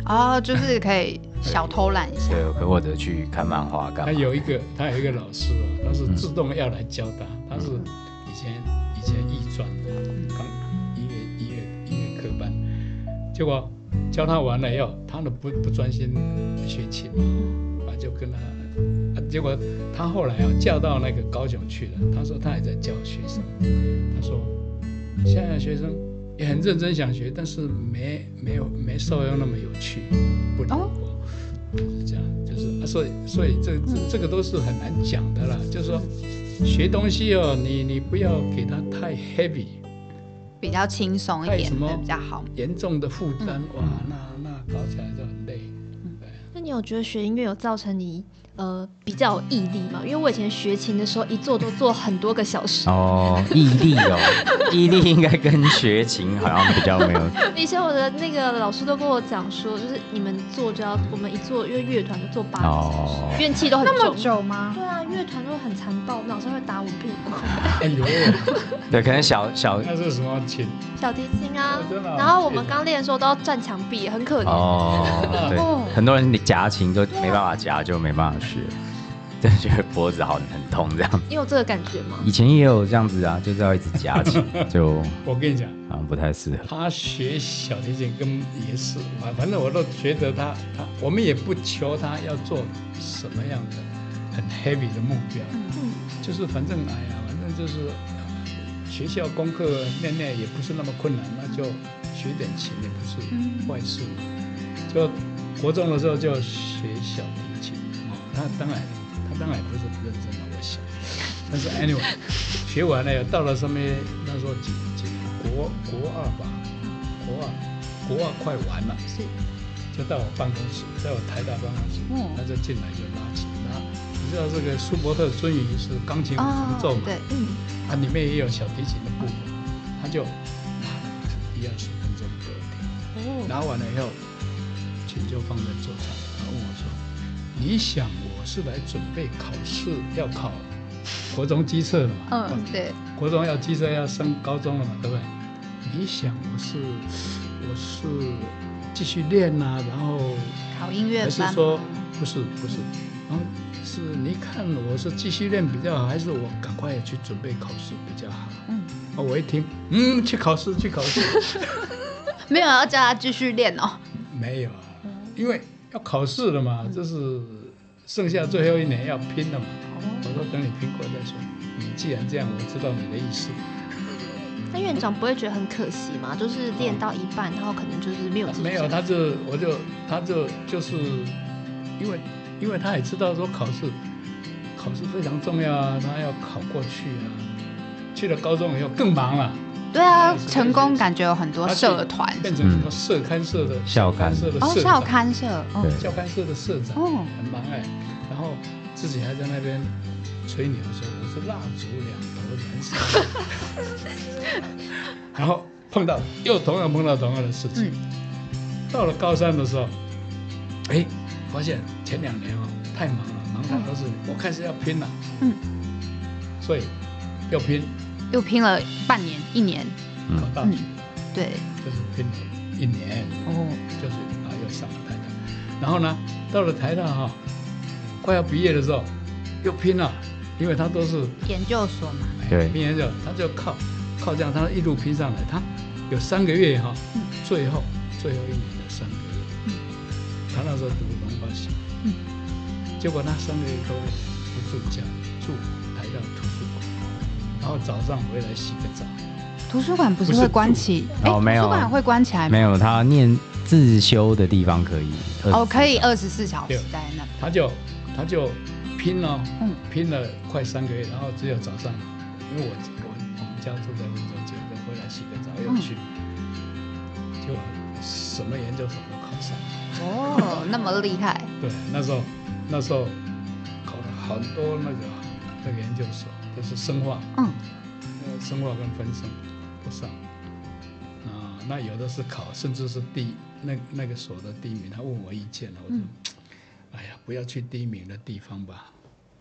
[SPEAKER 1] 哦，就是可以小偷懒一下。
[SPEAKER 3] 对，可或者去看漫画干嘛？
[SPEAKER 4] 他有一个，他有一个老师啊，他是自动要来教他，他是以前以前艺专的，刚音乐音乐音乐科班，结果教他完了以后，他呢不不专心学琴啊，啊就跟他，啊结果他后来啊叫到那个高雄去了，他说他也在教学生，他说现在的学生也很认真想学，但是没没有没邵阳那么有趣，不灵活。是这样，就是啊，所以所以这这这个都是很难讲的啦。就是说，学东西哦，你你不要给它太 heavy，
[SPEAKER 1] 比较轻松一
[SPEAKER 4] 太什
[SPEAKER 1] 点
[SPEAKER 4] 么
[SPEAKER 1] 的比较好。
[SPEAKER 4] 严重的负担，哇，那那搞起来就很累。
[SPEAKER 2] 那你有觉得学音乐有造成你呃比较有毅力吗？因为我以前学琴的时候，一坐都坐很多个小时。
[SPEAKER 3] 哦，毅力哦，毅力应该跟学琴好像比较没有，
[SPEAKER 2] 以前我的那个老师都跟我讲说，就是你们坐就要，我们一坐，因为乐团就坐八个小时，
[SPEAKER 3] 哦
[SPEAKER 2] 怨气都很重。
[SPEAKER 1] 久吗？
[SPEAKER 2] 对啊，乐团都很残暴，我们老师会打我屁股，
[SPEAKER 4] 哎呦，
[SPEAKER 3] 对，可能小 小
[SPEAKER 4] 那是什么琴？
[SPEAKER 2] 小提琴啊
[SPEAKER 4] 哦真的啊。
[SPEAKER 2] 然后我们刚练的时候都要站墙壁，很可怜。
[SPEAKER 3] 哦，
[SPEAKER 1] 哦
[SPEAKER 3] 对，很多人夹琴都没办法夹，就没办法学，对，觉得脖子好很痛这样。
[SPEAKER 2] 你有这个感觉吗？
[SPEAKER 3] 以前也有这样子啊，就是要一直 夹起，就
[SPEAKER 4] 我跟你讲，
[SPEAKER 3] 好像不太适合。
[SPEAKER 4] 他学小提琴跟也是，反反正我都觉得他他，我们也不求他要做什么样的很 heavy 的目标，
[SPEAKER 2] 嗯，
[SPEAKER 4] 就是反正哎呀，反正就是呃学校功课念念也不是那么困难，那就学点琴也不是坏事。就国中的时候就学小提琴，哦，他当然他当然也不是不认真啊了，我想。但是 anyway，学完了到了上面那时候几几国国二吧，国二国二快完了，
[SPEAKER 1] 是
[SPEAKER 4] 就到我办公室，在我台大办公室，
[SPEAKER 1] 嗯
[SPEAKER 4] 他就进来就拉琴，拉。你知道这个舒伯特《鳟鱼》是钢琴五重奏
[SPEAKER 1] 哦
[SPEAKER 4] 嘛？，
[SPEAKER 1] 对，
[SPEAKER 2] 嗯，
[SPEAKER 4] 它里面也有小提琴的部分，他就拿了一样十分钟给我
[SPEAKER 2] 哦
[SPEAKER 4] 听，拿完了以后，琴就放在桌上，然后问我说：“你想我是来准备考试要考国中机测的嘛？
[SPEAKER 1] 嗯，对，
[SPEAKER 4] 国中要机测要升高中了嘛，对不对？你想我是我是继续练呐、然后
[SPEAKER 1] 考音乐
[SPEAKER 4] 还是
[SPEAKER 1] 班
[SPEAKER 4] 说
[SPEAKER 1] 吗，
[SPEAKER 4] 不是不是，然后是你看我是继续练比较好，还是我赶快去准备考试比较好？
[SPEAKER 1] 嗯，
[SPEAKER 4] 啊，我一听，嗯，去考试去考试，
[SPEAKER 1] 没有要叫他继续练哦，
[SPEAKER 4] 没有啊，
[SPEAKER 1] 嗯
[SPEAKER 4] 因为要考试了嘛，这是剩下最后一年要拼的嘛。
[SPEAKER 1] 嗯
[SPEAKER 4] 我说等你拼过再说。你既然这样，我知道你的意思。
[SPEAKER 2] 那院长不会觉得很可惜吗？就是练到一半，然后可能就是没有继续
[SPEAKER 4] 啊没有，他就我就他就就是因为因为他也知道说考试考试非常重要啊，他要考过去啊。去了高中以后更忙了，
[SPEAKER 1] 对啊
[SPEAKER 4] 是，是
[SPEAKER 1] 成功感觉有很多
[SPEAKER 4] 他去
[SPEAKER 1] 社团
[SPEAKER 4] 变成什么社刊社的
[SPEAKER 3] 嗯校
[SPEAKER 4] 刊
[SPEAKER 3] 刊
[SPEAKER 4] 社的
[SPEAKER 1] 哦，
[SPEAKER 4] 社
[SPEAKER 1] 校
[SPEAKER 4] 长
[SPEAKER 1] 刊社，哦
[SPEAKER 3] 对
[SPEAKER 4] 教刊社的社长，
[SPEAKER 1] 哦
[SPEAKER 4] 很忙哎、然后自己还在那边吹牛说我是蜡烛两头燃烧，然后碰到又同样碰到同样的事
[SPEAKER 1] 嗯
[SPEAKER 4] 情。到了高三的时候，哎，发现前两年哦太忙了，忙到都是我开始要拼了，
[SPEAKER 1] 嗯，
[SPEAKER 4] 所以要拼
[SPEAKER 1] 又拼了半年一年，
[SPEAKER 3] 嗯
[SPEAKER 4] 考大学、
[SPEAKER 1] 对，
[SPEAKER 4] 就是拼了一年。
[SPEAKER 1] 哦，
[SPEAKER 4] 就是啊，又上了台大。然后呢，到了台大哈、快要毕业的时候，又拼了，因为他都是
[SPEAKER 1] 研究所嘛，
[SPEAKER 3] 对
[SPEAKER 4] 毕业就他就靠靠这样，他一路拼上来。他有三个月哈、最后最后一年的三个月，他那时候读农发系，
[SPEAKER 1] 嗯
[SPEAKER 4] 结果那三个月都不住家，住台大图书馆，然后早上回来洗个澡，
[SPEAKER 1] 图书馆不是
[SPEAKER 4] 不是
[SPEAKER 1] 会关起？
[SPEAKER 3] 哦
[SPEAKER 1] 诶
[SPEAKER 3] 没有
[SPEAKER 1] 图书馆会关起来吗
[SPEAKER 3] 没？有他念自修的地方可以呃
[SPEAKER 1] 哦，
[SPEAKER 3] 24
[SPEAKER 1] 可以二十四小时
[SPEAKER 4] 对
[SPEAKER 1] 在那，
[SPEAKER 4] 他就他就拼了、
[SPEAKER 1] 嗯
[SPEAKER 4] 拼了快三个月，然后只有早上，因为我我我们家住在温州街，就回来洗个澡又去，就什么研究所都考上。
[SPEAKER 1] 哦，那么厉害，
[SPEAKER 4] 对，那时候那时候考了好多那个那个研究所，就是生化，
[SPEAKER 1] 嗯，
[SPEAKER 4] 呃，生化跟分生不上。啊，那有的是考，甚至是第那那个所的第一名，他问我意见了，我就，
[SPEAKER 1] 嗯
[SPEAKER 4] 哎呀，不要去第一名的地方吧，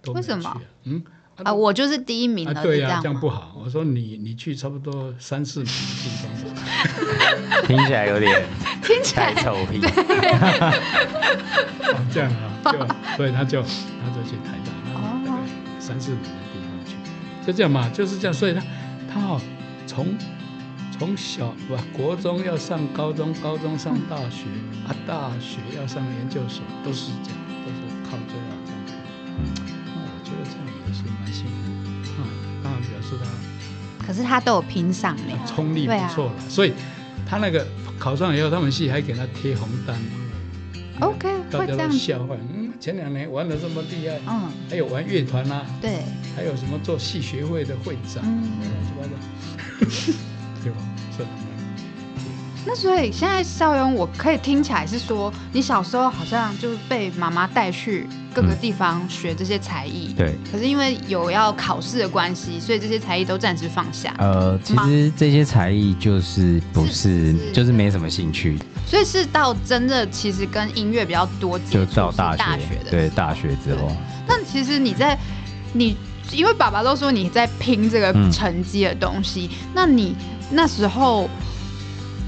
[SPEAKER 4] 都没
[SPEAKER 1] 为什
[SPEAKER 4] 去
[SPEAKER 1] 么
[SPEAKER 4] 啊？嗯，
[SPEAKER 1] 啊，我就是第一名
[SPEAKER 4] 啊，
[SPEAKER 1] 了，是
[SPEAKER 4] 对
[SPEAKER 1] 这
[SPEAKER 4] 呀、
[SPEAKER 1] 样
[SPEAKER 4] 这样
[SPEAKER 1] 吗？
[SPEAKER 4] 不好。我说你你去差不多三四名的地方吧，
[SPEAKER 3] 听起来有点
[SPEAKER 1] 听起来
[SPEAKER 3] 太臭 屁。
[SPEAKER 4] 哦 这样啊，就所以他就他就去台大，
[SPEAKER 1] 哦
[SPEAKER 4] 大概三四名的地方去，就这样嘛，就是这样。所以他他哦，从从小吧，国中要上高中，高中上大学啊，大学要上研究所，都是这样，都是靠这样这样。那我觉得这样也是蛮幸福啊，当然表示他。
[SPEAKER 1] 可是他都有拼上嘞，
[SPEAKER 4] 冲力
[SPEAKER 1] 对啊
[SPEAKER 4] 不错了，所以他那个考上以后，他们系还给他贴红单。哦
[SPEAKER 1] OK，
[SPEAKER 4] 大
[SPEAKER 1] 会
[SPEAKER 4] 家
[SPEAKER 1] 这样
[SPEAKER 4] 都
[SPEAKER 1] 子
[SPEAKER 4] 笑话，嗯，前两年玩的这么厉害，
[SPEAKER 1] 嗯，
[SPEAKER 4] 还有玩乐团啦，
[SPEAKER 1] 对，
[SPEAKER 4] 还有什么做系学会的会长，
[SPEAKER 1] 嗯，
[SPEAKER 4] 乱七八糟，对吧？ 是他们
[SPEAKER 1] 那所以现在校园，我可以听起来是说，你小时候好像就是被妈妈带去各个
[SPEAKER 3] 嗯
[SPEAKER 1] 地方学这些才艺，
[SPEAKER 3] 对，
[SPEAKER 1] 可是因为有要考试的关系，所以这些才艺都暂时放下。
[SPEAKER 3] 呃，其实这些才艺就是不
[SPEAKER 1] 是
[SPEAKER 3] 是
[SPEAKER 1] 是
[SPEAKER 3] 就是没什么兴趣，
[SPEAKER 1] 所以是到真的其实跟音乐比较多接
[SPEAKER 3] 就
[SPEAKER 1] 触，
[SPEAKER 3] 到
[SPEAKER 1] 是
[SPEAKER 3] 大
[SPEAKER 1] 大
[SPEAKER 3] 学
[SPEAKER 1] 的。
[SPEAKER 3] 对，大学之后，
[SPEAKER 1] 但其实你在你，因为爸爸都说你在拼这个
[SPEAKER 3] 嗯
[SPEAKER 1] 成绩的东西，那你那时候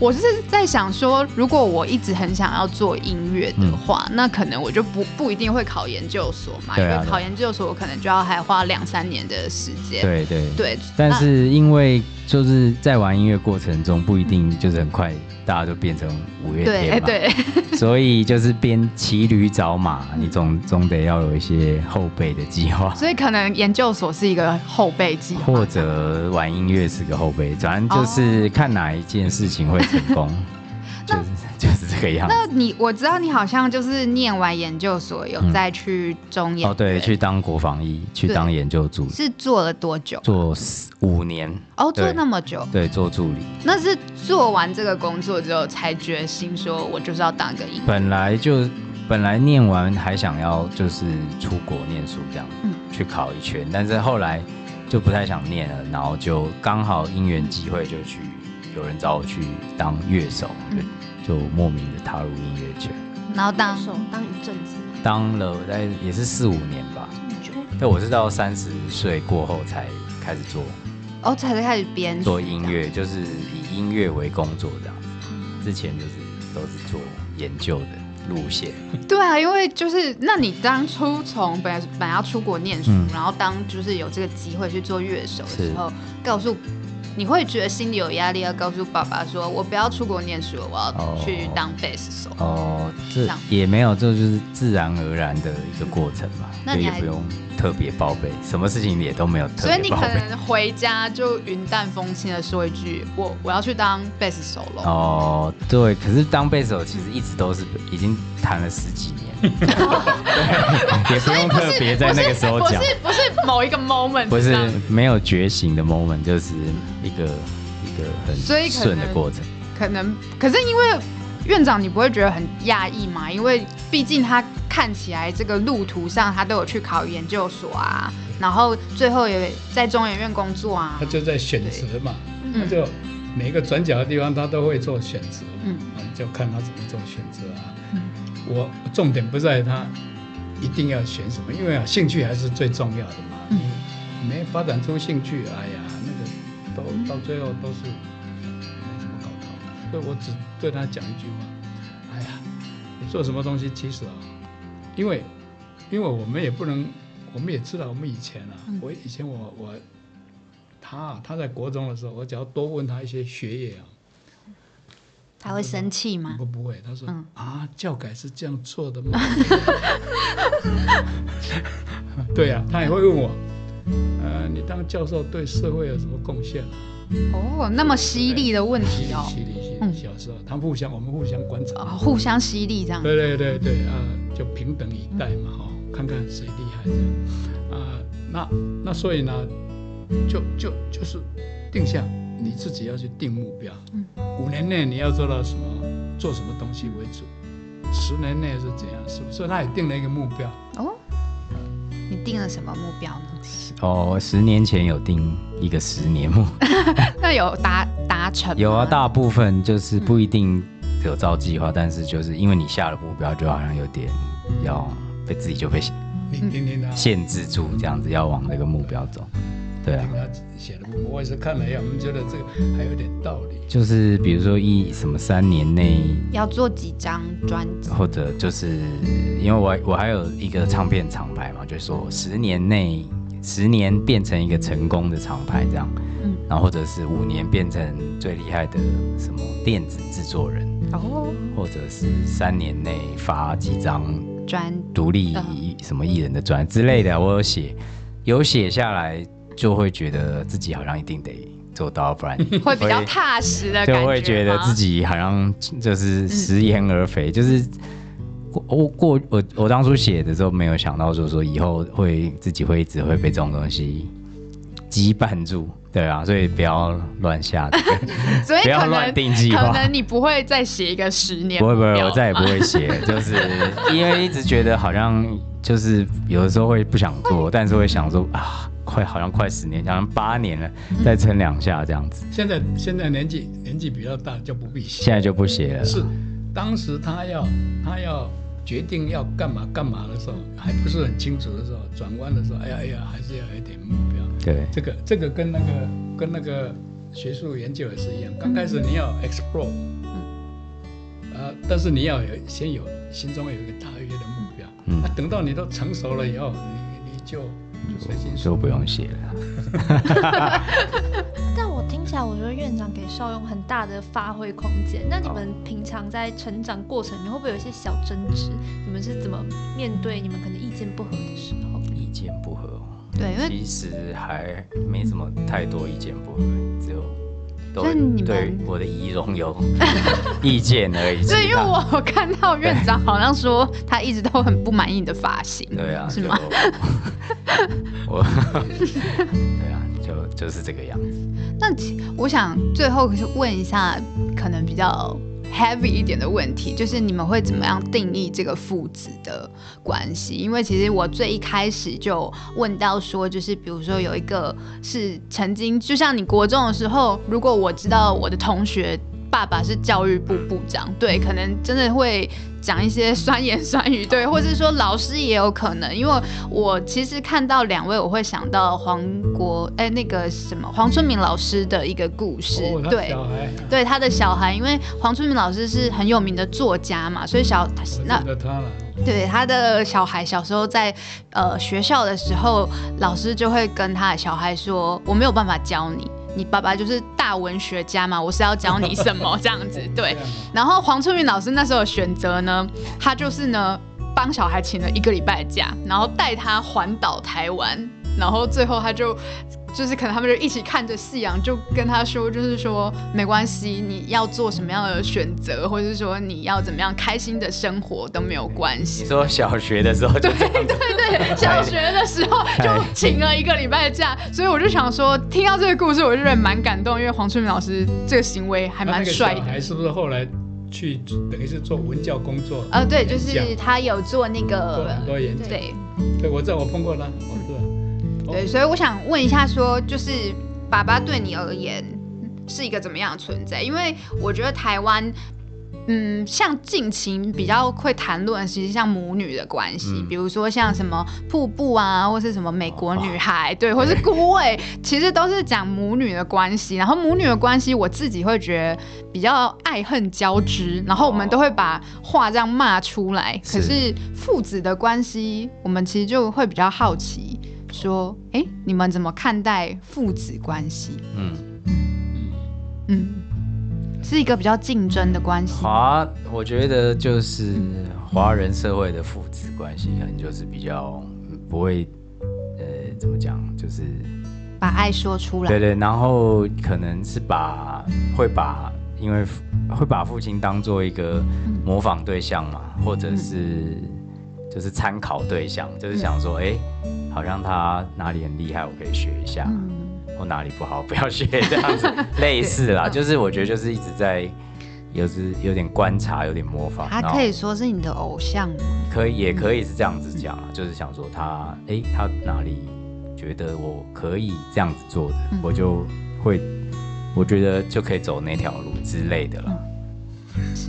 [SPEAKER 1] 我是在想说，如果我一直很想要做音乐的话，那可能我就不不一定会考研究所嘛，
[SPEAKER 3] 嗯对啊
[SPEAKER 1] 因为考研究所我可能就要还花两三年的时间。
[SPEAKER 3] 对对。
[SPEAKER 1] 对，
[SPEAKER 3] 但
[SPEAKER 1] 那
[SPEAKER 3] 是因为就是在玩音乐过程中，不一定就是很快大家就变成五月
[SPEAKER 1] 对
[SPEAKER 3] 天
[SPEAKER 1] 哎
[SPEAKER 3] 嘛，
[SPEAKER 1] 对，
[SPEAKER 3] 所以就是边骑驴找马，你总总得要有一些后备的 计划，
[SPEAKER 1] 所以可能研究所是一个后备计划。
[SPEAKER 3] 或者玩音乐是个后备，反正就是看哪一件事情会成 功，就是就是这个样子。
[SPEAKER 1] 那你我知道你好像就是念完研究所有
[SPEAKER 3] 嗯
[SPEAKER 1] 再去中研
[SPEAKER 3] 哦，对，
[SPEAKER 1] 院
[SPEAKER 3] 去当国防医，去
[SPEAKER 1] 对
[SPEAKER 3] 当研究助理，
[SPEAKER 1] 是做了多久？
[SPEAKER 3] 做四五年，
[SPEAKER 1] 哦，做
[SPEAKER 3] 对
[SPEAKER 1] 那么久，
[SPEAKER 3] 对，做助理。
[SPEAKER 1] 那是做完这个工作之后才决心说，我就是要当个音乐。
[SPEAKER 3] 本来就本来念完还想要就是出国念书这样，
[SPEAKER 1] 嗯
[SPEAKER 3] 去考一圈，但是后来就不太想念了，然后就刚好因缘机会就去，有人找我去当乐手，
[SPEAKER 1] 嗯
[SPEAKER 3] 就就莫名的踏入音乐圈，
[SPEAKER 1] 然后当
[SPEAKER 2] 手当一阵子，
[SPEAKER 3] 当了大概也是四五年吧，但我是到三十岁过后才开始做
[SPEAKER 1] 哦，才才开始编曲
[SPEAKER 3] 做音乐，就是以音乐为工作这样子，
[SPEAKER 1] 嗯
[SPEAKER 3] 之前就是都是做研究的路线。
[SPEAKER 1] 对啊，因为就是，那你当初从本来本来要出国念书，
[SPEAKER 3] 嗯
[SPEAKER 1] 然后当就是有这个机会去做乐手的时候，告诉你会觉得心里有压力，要告诉爸爸说，我不要出国念书，我
[SPEAKER 3] 哦
[SPEAKER 1] 要去当贝斯手。
[SPEAKER 3] 哦，这
[SPEAKER 1] 这样
[SPEAKER 3] 也没有，这就是自然而然的一个过程嘛，
[SPEAKER 1] 那
[SPEAKER 3] 所
[SPEAKER 1] 你
[SPEAKER 3] 以也
[SPEAKER 1] 还
[SPEAKER 3] 不用特别报备，什么事情也都没有特
[SPEAKER 1] 所以你
[SPEAKER 3] 别报
[SPEAKER 1] 可
[SPEAKER 3] 备。
[SPEAKER 1] 能回家就云淡风轻的说一句，我我要去当贝斯手了。
[SPEAKER 3] 哦，对，可是当贝斯手其实一直都是已经弹了十几 年，对，也不用特别在那个时候
[SPEAKER 1] 不是
[SPEAKER 3] 讲，
[SPEAKER 1] 不是某一个 moment
[SPEAKER 3] 不是
[SPEAKER 1] 上
[SPEAKER 3] 没有觉醒的 moment，就是一个一个
[SPEAKER 1] 所以
[SPEAKER 3] 很
[SPEAKER 1] 可
[SPEAKER 3] 顺的
[SPEAKER 1] 能
[SPEAKER 3] 过程。
[SPEAKER 1] 可能，可是因为院长，你不会觉得很讶异吗？因为毕竟他看起来这个路途上，他都有去考研究所啊，然后最后也在中研院工作啊
[SPEAKER 4] 他。就在选择嘛，
[SPEAKER 1] 嗯
[SPEAKER 4] 他就每个转角的地方他都会做选择，
[SPEAKER 1] 嗯
[SPEAKER 4] 啊，你就看他怎么做选择啊
[SPEAKER 1] 嗯。
[SPEAKER 4] 我重点不在他一定要选什么，因为啊，兴趣还是最重要的嘛。
[SPEAKER 1] 嗯
[SPEAKER 4] 你没发展出兴趣，哎呀，那个都到最后都是没什么搞头。所以我只对他讲一句话：，哎呀，你做什么东西其实啊，因为因为我们也不能，我们也知道我们以前啊，
[SPEAKER 1] 嗯
[SPEAKER 4] 我以前我我他啊他在国中的时候，我只要多问他一些学业啊，
[SPEAKER 1] 他会生气吗？
[SPEAKER 4] 不不会，他说、
[SPEAKER 1] 嗯
[SPEAKER 4] 啊，教改是这样做的吗？ 对呀、他也会问我，呃，你当教授对社会有什么贡献？哎
[SPEAKER 1] 哦，那么犀利的问题哦，
[SPEAKER 4] 犀利犀利，
[SPEAKER 1] 嗯
[SPEAKER 4] 小时候他们互相我们互相观察，
[SPEAKER 1] 哦互相犀利这样。
[SPEAKER 4] 对对对对啊、就平等以待嘛，哈、哦，看看谁厉害这样啊、那那所以呢，就就就是定下你自己要去定目标，
[SPEAKER 1] 嗯
[SPEAKER 4] 五年内你要做到什么，做什么东西为主，十年内是怎样，是不是？所以他也定了一个目标，
[SPEAKER 1] 哦，你定了什么目标呢？
[SPEAKER 3] 哦，十年前有定一个十年目。
[SPEAKER 1] 那有达达成吗？
[SPEAKER 3] 有啊，大部分就是不一定有照计划，但是就是因为你下了目标，就好像有点要被自己就被
[SPEAKER 4] 你听听他。
[SPEAKER 3] 限制住，这样子要往那个目标走。对啊
[SPEAKER 4] 听，他写的，我也是看了一下，我们觉得这个还有点道理。
[SPEAKER 3] 就是比如说一什么三年内，
[SPEAKER 1] 要做几张专辑？
[SPEAKER 3] 或者就是因为我我还有一个唱片厂牌嘛，就是说我十年内十年变成一个成功的厂牌这样，
[SPEAKER 1] 嗯
[SPEAKER 3] 然后或者是五年变成最厉害的什么电子制作人，
[SPEAKER 1] 哦，
[SPEAKER 3] 或者是三年内发几张
[SPEAKER 1] 专
[SPEAKER 3] 独立什么艺人的专之类
[SPEAKER 1] 嗯
[SPEAKER 3] 的，我有写，有写下来，就会觉得自己好像一定得做到，不然
[SPEAKER 1] 会比较
[SPEAKER 3] 会
[SPEAKER 1] 踏实的感觉
[SPEAKER 3] 就会觉得
[SPEAKER 1] 吗
[SPEAKER 3] 自己好像就是食言而
[SPEAKER 1] 嗯
[SPEAKER 3] 肥，就是。我我过我我当初写的时候没有想到，就是说以后会自己会一直会被这种东西羁绊住，对啊，所以不要乱下这 个
[SPEAKER 1] 所以
[SPEAKER 3] 不要
[SPEAKER 1] 可能
[SPEAKER 3] 乱定计划
[SPEAKER 1] 嗯可能你不会再写一个十年
[SPEAKER 3] 不
[SPEAKER 1] 目标，
[SPEAKER 3] 会不会，我再也不 会写了，就是因为一直觉得好像就是有的时候会不想做，但是会想说啊，快好像快十年，好像八年了，
[SPEAKER 1] 嗯
[SPEAKER 3] 再撑两下这样子，
[SPEAKER 4] 现在现在年纪年纪比较大，就不必写。
[SPEAKER 3] 现在就不写了。
[SPEAKER 4] 是，当时他要他要决定要干嘛干嘛的时候，还不是很清楚的时候，转弯的时候，哎呀哎呀，还是要有一点目标。
[SPEAKER 3] 对
[SPEAKER 4] 这个这个跟那个跟那个学术研究也是一样，刚开始你要 explore，呃，
[SPEAKER 5] 嗯
[SPEAKER 4] 但是你要有先有心中有一个大约的目标，
[SPEAKER 5] 嗯
[SPEAKER 4] 啊，等到你都成熟了以后，你你就就随心
[SPEAKER 5] 说不用写了。
[SPEAKER 2] 但我听起来，我觉得院长给少勇很大的发挥空间。那你们平常在成长过程里面，会不会有一些小争执？你们是怎么面对你们可能意见不合的时候？
[SPEAKER 3] 意见不合哦，
[SPEAKER 1] 对，因为
[SPEAKER 3] 其实还没什么太多意见不合，只有都
[SPEAKER 1] 所以你们
[SPEAKER 3] 对我的仪 容有意见而已。
[SPEAKER 1] 对，因
[SPEAKER 3] 其
[SPEAKER 1] 为
[SPEAKER 3] 他
[SPEAKER 1] 我有看到院长好像说他一直都很不满意你的发型，
[SPEAKER 3] 对啊，
[SPEAKER 1] 是
[SPEAKER 3] 就
[SPEAKER 1] 吗？
[SPEAKER 3] 我 对啊，就就是这个样子。
[SPEAKER 1] 那其我想最后是问一下，可能比较 heavy 一点的问题，就是你们会怎么样定义这个父子的关系？因为其实我最一开始就问到说，就是比如说有一个是曾经，就像你国中的时候，如果我知道我的同学。爸爸是教育部部长，对，可能真的会讲一些 酸言酸语，对，或者是说老师也有可能，因为我其实看到两位，我会想到黄国哎、那个什么黄春明老师的一个故事，
[SPEAKER 4] 哦，他
[SPEAKER 1] 对
[SPEAKER 4] 小孩，
[SPEAKER 1] 对他的小孩，因为黄春明老师是很有名的作家嘛，所以小他
[SPEAKER 4] 我
[SPEAKER 1] 那
[SPEAKER 4] 认得他了，
[SPEAKER 1] 对他的小孩小时候在呃学校的时候，老师就会跟他的小孩说：“我没有办法教你，你爸爸就是大文学家嘛，我是要教你什么这样子。”对
[SPEAKER 4] 这样啊。
[SPEAKER 1] 然后黄春明老师那时候的选择呢，他就是呢帮小孩请了一个礼拜的假，然后带他环岛台湾，然后最后他就。就是可能他们就一起看着夕阳，就跟他说，就是说没关系，你要做什么样的选择，或者是说你要怎么样开心的生活都没有关系
[SPEAKER 3] 你。说小学的时候就这样 子，
[SPEAKER 1] 对， 小学的时候就请了一个礼拜的假，所以我就想说，听到这个故事，我就觉得蛮感动，因为黄春明老师这个行为还
[SPEAKER 4] 还
[SPEAKER 1] 蛮帅的。
[SPEAKER 4] 还是不是后来去等于是做文教工作？
[SPEAKER 1] 呃，对，就
[SPEAKER 4] 演
[SPEAKER 1] 是
[SPEAKER 4] 讲
[SPEAKER 1] 他有做那
[SPEAKER 4] 做
[SPEAKER 1] 个
[SPEAKER 4] 很，多演讲。
[SPEAKER 1] 对
[SPEAKER 4] 对，我知道我碰过他，哦我知道。
[SPEAKER 1] 对，所以我想问一下说就是爸爸对你而言是一个怎么样的存在？因为我觉得台湾。嗯，像近期比较会谈论，其实像母女的关系，
[SPEAKER 3] 嗯
[SPEAKER 1] 比如说像什么瀑布啊，或是什么美
[SPEAKER 4] 哦
[SPEAKER 1] 国女孩，对，或是孤味，其实都是讲母女的关系。然后母女的关系，我自己会觉得比较爱恨交织，然后我们
[SPEAKER 4] 哦
[SPEAKER 1] 都会把话这样骂出来。可
[SPEAKER 3] 是
[SPEAKER 1] 是父子的关系，我们其实就会比较好奇，说，哎、你们怎么看待父子关系？
[SPEAKER 3] 嗯，
[SPEAKER 1] 嗯，是一个比较竞争的关系。
[SPEAKER 3] 华，我觉得就是华人社会的父子关系，可能就是比较嗯不会，呃，怎么讲，就是
[SPEAKER 1] 把爱说出来。
[SPEAKER 3] 对对，然后可能是把会把，因为父会把父亲当做一个模仿对象嘛，或者是就是参考嗯对象，就是想说，哎、好像他哪里很厉害，我可以学一下，
[SPEAKER 1] 嗯，
[SPEAKER 3] 或哦哪里不好 不要学，这 样子类似啦，就是我觉得就是一直在。有时有点观察，有点模仿，
[SPEAKER 1] 他
[SPEAKER 3] 然后
[SPEAKER 1] 可以嗯说是你的偶像吗？
[SPEAKER 3] 可以也可以是这样子讲啊，就是想说他，诶，他哪里觉得我可以这样子做的，
[SPEAKER 1] 嗯
[SPEAKER 3] 我就会，我觉得就可以走那条路之类的啦。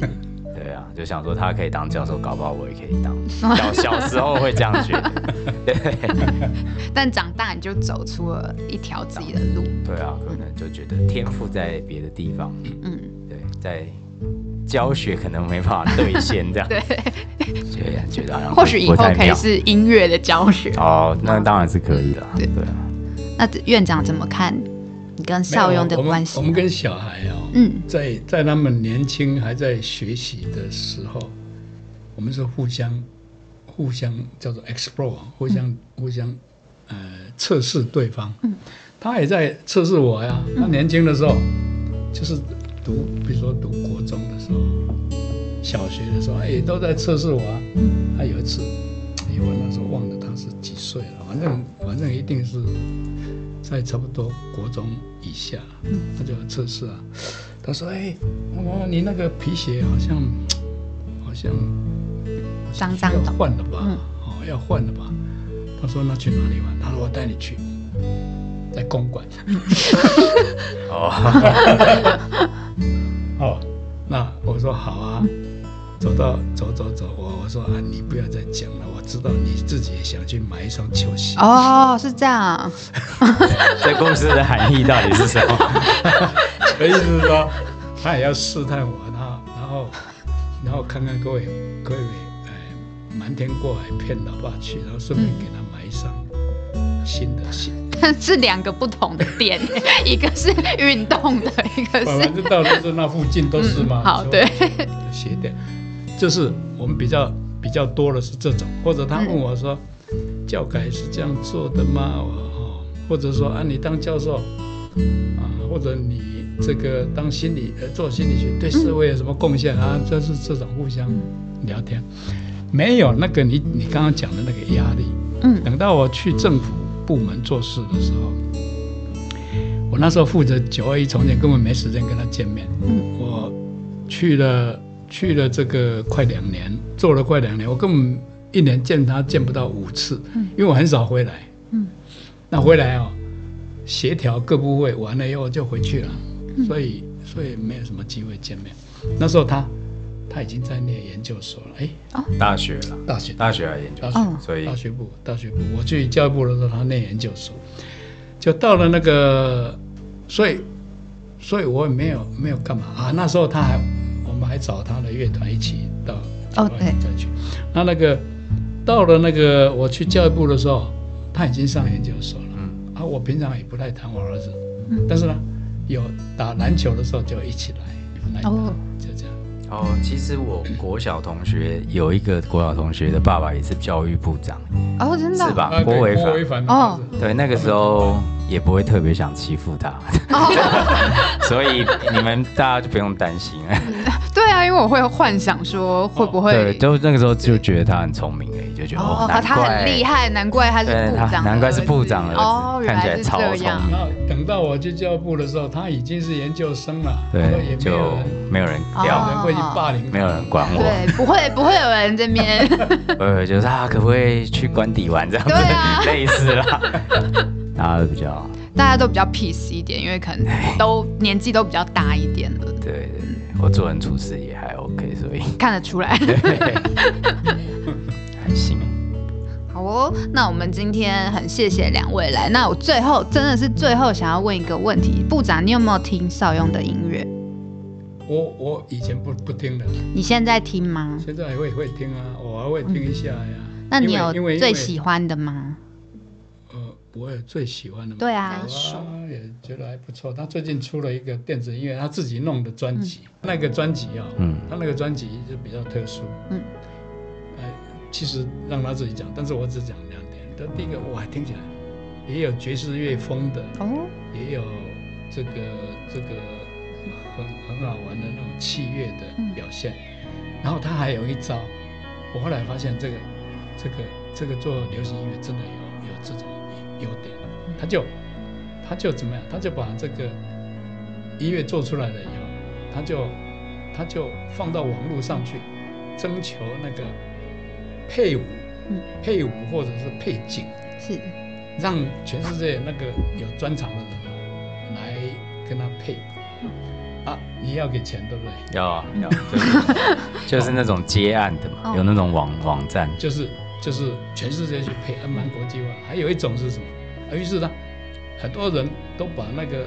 [SPEAKER 1] 嗯
[SPEAKER 3] 对啊，就想说他可以当教授，搞不好我也可 以当。小小时候会这样觉得，
[SPEAKER 1] 但长大你就走出了一条自己的路。
[SPEAKER 3] 对啊，可能就觉得天赋在别的地方，
[SPEAKER 1] 嗯，
[SPEAKER 3] 对，在教学可能没办法兑现这样，
[SPEAKER 1] 对，
[SPEAKER 3] 对，觉得好像
[SPEAKER 1] 或许以
[SPEAKER 3] 不
[SPEAKER 1] 后
[SPEAKER 3] 太
[SPEAKER 1] 可以
[SPEAKER 3] 妙
[SPEAKER 1] 是音乐的教学。
[SPEAKER 3] 哦，那当然是可以的，
[SPEAKER 1] 对
[SPEAKER 3] 对啊。
[SPEAKER 1] 那院长怎么看你跟邵雍的
[SPEAKER 4] 没有我们
[SPEAKER 1] 关系
[SPEAKER 4] 我
[SPEAKER 1] 呢？
[SPEAKER 4] 们跟小孩 哦，
[SPEAKER 1] 嗯
[SPEAKER 4] 在在他们年轻还在学习的时候，我们是互相互相叫做 explore，互相、互相呃测试对方。嗯，他也在测试我呀。他年轻的时候、就是读，比如说读国中的时候，小学的时候，也都在测试我啊。他有一次，因为我那时候忘了他是几岁了，反正反正一定是在差不多国中以下，他就测试啊。他说：“哎、妈妈，你那个皮鞋好像好像
[SPEAKER 1] 脏脏
[SPEAKER 4] 要
[SPEAKER 1] 的
[SPEAKER 4] 换了吧？
[SPEAKER 1] 嗯
[SPEAKER 4] 哦，要换了吧？”他说：“那去哪里玩？”他说：“我带你去，在公馆。”
[SPEAKER 1] 嗯
[SPEAKER 3] 哦，
[SPEAKER 4] 哦，那我说好啊，走到走走走，我我说啊，你不要再讲了，我知道你自己也想去买一双球鞋。
[SPEAKER 1] 哦，是这样，
[SPEAKER 3] 这故事的含义到底是什么？
[SPEAKER 4] 我意思是说， 他也要试探我，然后然后然后看看各位各位，哎，瞒天过海骗老爸去，然后顺便给他买一双新的鞋。
[SPEAKER 1] 但 是两个不同的点， 一个是运动的，一个
[SPEAKER 4] 反
[SPEAKER 1] 是
[SPEAKER 4] 正到处是那附近都是嘛。
[SPEAKER 1] 嗯好
[SPEAKER 4] 说
[SPEAKER 1] 对，
[SPEAKER 4] 鞋店，就是我们比较比较多的是这种，或者他问我说，
[SPEAKER 1] 嗯
[SPEAKER 4] 教改是这样做的吗？我哦，或者说啊，你当教授啊，或者你这个当心理呃做心理学对社会有什么贡献啊？
[SPEAKER 1] 嗯
[SPEAKER 4] 这是这种互相聊天，没有那个你你刚刚讲的那个压力。
[SPEAKER 1] 嗯
[SPEAKER 4] 等到我去政府部门做事的时候，我那时候负责九二一重建，根本没时间跟他见面。
[SPEAKER 1] 嗯，
[SPEAKER 4] 我去了去了这个快两年，做了快两年，我根本一年见他见不到五次，因为我很少回来。
[SPEAKER 1] 嗯，
[SPEAKER 4] 那回来哦，协调各部会完了以后就回去了，所以所以没有什么机会见面。那时候他他已经在念研究所了，哎，
[SPEAKER 3] 大学了，
[SPEAKER 4] 大学
[SPEAKER 3] 大学来研究
[SPEAKER 4] 大
[SPEAKER 3] 所，
[SPEAKER 4] 学、
[SPEAKER 1] 嗯
[SPEAKER 3] 所以
[SPEAKER 4] 大学部大学部，我去教育部的时候，他念研究所，就到了那个，所以所以我也没有没有干嘛啊。那时候他还我们还找他的乐团一起到
[SPEAKER 1] 哦对
[SPEAKER 4] 再去。那那个到了那个我去教育部的时候，他已经上研究所了。
[SPEAKER 3] 嗯
[SPEAKER 4] 啊，我平常也不太谈我儿子，
[SPEAKER 1] 嗯
[SPEAKER 4] 但是呢，有打篮球的时候就一起来来打，
[SPEAKER 1] 哦
[SPEAKER 4] 就这样。
[SPEAKER 3] 哦，其实我国小同学有一个国小同学的爸爸也是教育部长，
[SPEAKER 1] 哦，真的
[SPEAKER 3] 是吧？
[SPEAKER 4] 啊，
[SPEAKER 3] 郭
[SPEAKER 4] 对
[SPEAKER 3] 伟
[SPEAKER 4] 郭
[SPEAKER 3] 凡，
[SPEAKER 4] 违反
[SPEAKER 1] 哦
[SPEAKER 3] 对，那个时候也不会特别想欺负他，
[SPEAKER 1] 哦
[SPEAKER 3] 所以你们大家就不用担心了。
[SPEAKER 1] 对啊，因为我会幻想说会不
[SPEAKER 3] 对，
[SPEAKER 1] 会
[SPEAKER 3] 就那个时候就觉得他很聪明而已，就觉得哦，难
[SPEAKER 1] 他很厉
[SPEAKER 3] 怪。
[SPEAKER 1] 害，难怪他是
[SPEAKER 3] 对
[SPEAKER 1] 部
[SPEAKER 3] 他
[SPEAKER 1] 长，
[SPEAKER 3] 难怪是部长的儿子
[SPEAKER 1] 哦，原
[SPEAKER 3] 看起
[SPEAKER 1] 来
[SPEAKER 3] 来
[SPEAKER 1] 是
[SPEAKER 3] 超
[SPEAKER 1] 这
[SPEAKER 3] 聪
[SPEAKER 1] 样。
[SPEAKER 3] 明
[SPEAKER 4] 然后等到我去教育部的时候，他已经是研究生了，然后也
[SPEAKER 3] 对，
[SPEAKER 4] 没有
[SPEAKER 3] 就
[SPEAKER 4] 人
[SPEAKER 3] 没有人
[SPEAKER 4] 没有
[SPEAKER 3] 要，
[SPEAKER 4] 人会去霸凌他，
[SPEAKER 3] 没有人管我。
[SPEAKER 1] 哦对，不会 不会有人这边
[SPEAKER 3] 呃，就是他可不可以去官邸玩这样子
[SPEAKER 1] 对啊，
[SPEAKER 3] 类似啦。大家都比较
[SPEAKER 1] 大家都比较 peace 一点，因为可能都年纪都比较大一点了，
[SPEAKER 3] 对对对，我做人处事也还 OK，所 以
[SPEAKER 1] 看得出来。
[SPEAKER 3] 还行。
[SPEAKER 1] 好哦，那我们今天很谢谢两位来。那我最后真的是最后想要问一个问题，部长，你有没有听邵雍的音乐？
[SPEAKER 4] 我我以前不不听的，
[SPEAKER 1] 你现在听吗？
[SPEAKER 4] 现在会会听啊，我还会听一下呀。
[SPEAKER 1] 那你
[SPEAKER 4] 因为
[SPEAKER 1] 有
[SPEAKER 4] 因为
[SPEAKER 1] 最
[SPEAKER 4] 因为
[SPEAKER 1] 喜欢的吗？
[SPEAKER 4] 呃，我有最喜欢的吗
[SPEAKER 1] 对啊
[SPEAKER 2] 哪一首
[SPEAKER 4] 我也觉得还不错。他最近出了一个电子音乐，他自己弄的专辑，
[SPEAKER 1] 嗯
[SPEAKER 4] 那个专辑啊、
[SPEAKER 3] 嗯
[SPEAKER 4] 他那个专辑就比较特殊。
[SPEAKER 1] 嗯，
[SPEAKER 4] 哎，其实让他自己讲，但是我只讲两点。但第一个，哇，听起来也有爵士乐风的，
[SPEAKER 1] 哦，
[SPEAKER 4] 也有这个这个很很好玩的那种器乐的表现。然后他还有一招，我后来发现这个这个这个做流行音乐真的有有这种优点，他就他就怎么样，他就把这个音乐做出来了以后，他就他就放到网络上去，征求那个配舞
[SPEAKER 1] 嗯，
[SPEAKER 4] 配舞或者是配景。
[SPEAKER 1] 是，
[SPEAKER 4] 让全世界那个有专长的人来跟他配啊，你要给钱对不对？
[SPEAKER 3] 要啊 要，就是就是那种接案的
[SPEAKER 1] 哦
[SPEAKER 3] 嘛，有那种网网站，
[SPEAKER 4] 就是就是全世界去配，啊，蛮国际化。还有一种是什么？啊，于是呢，很多人都把那个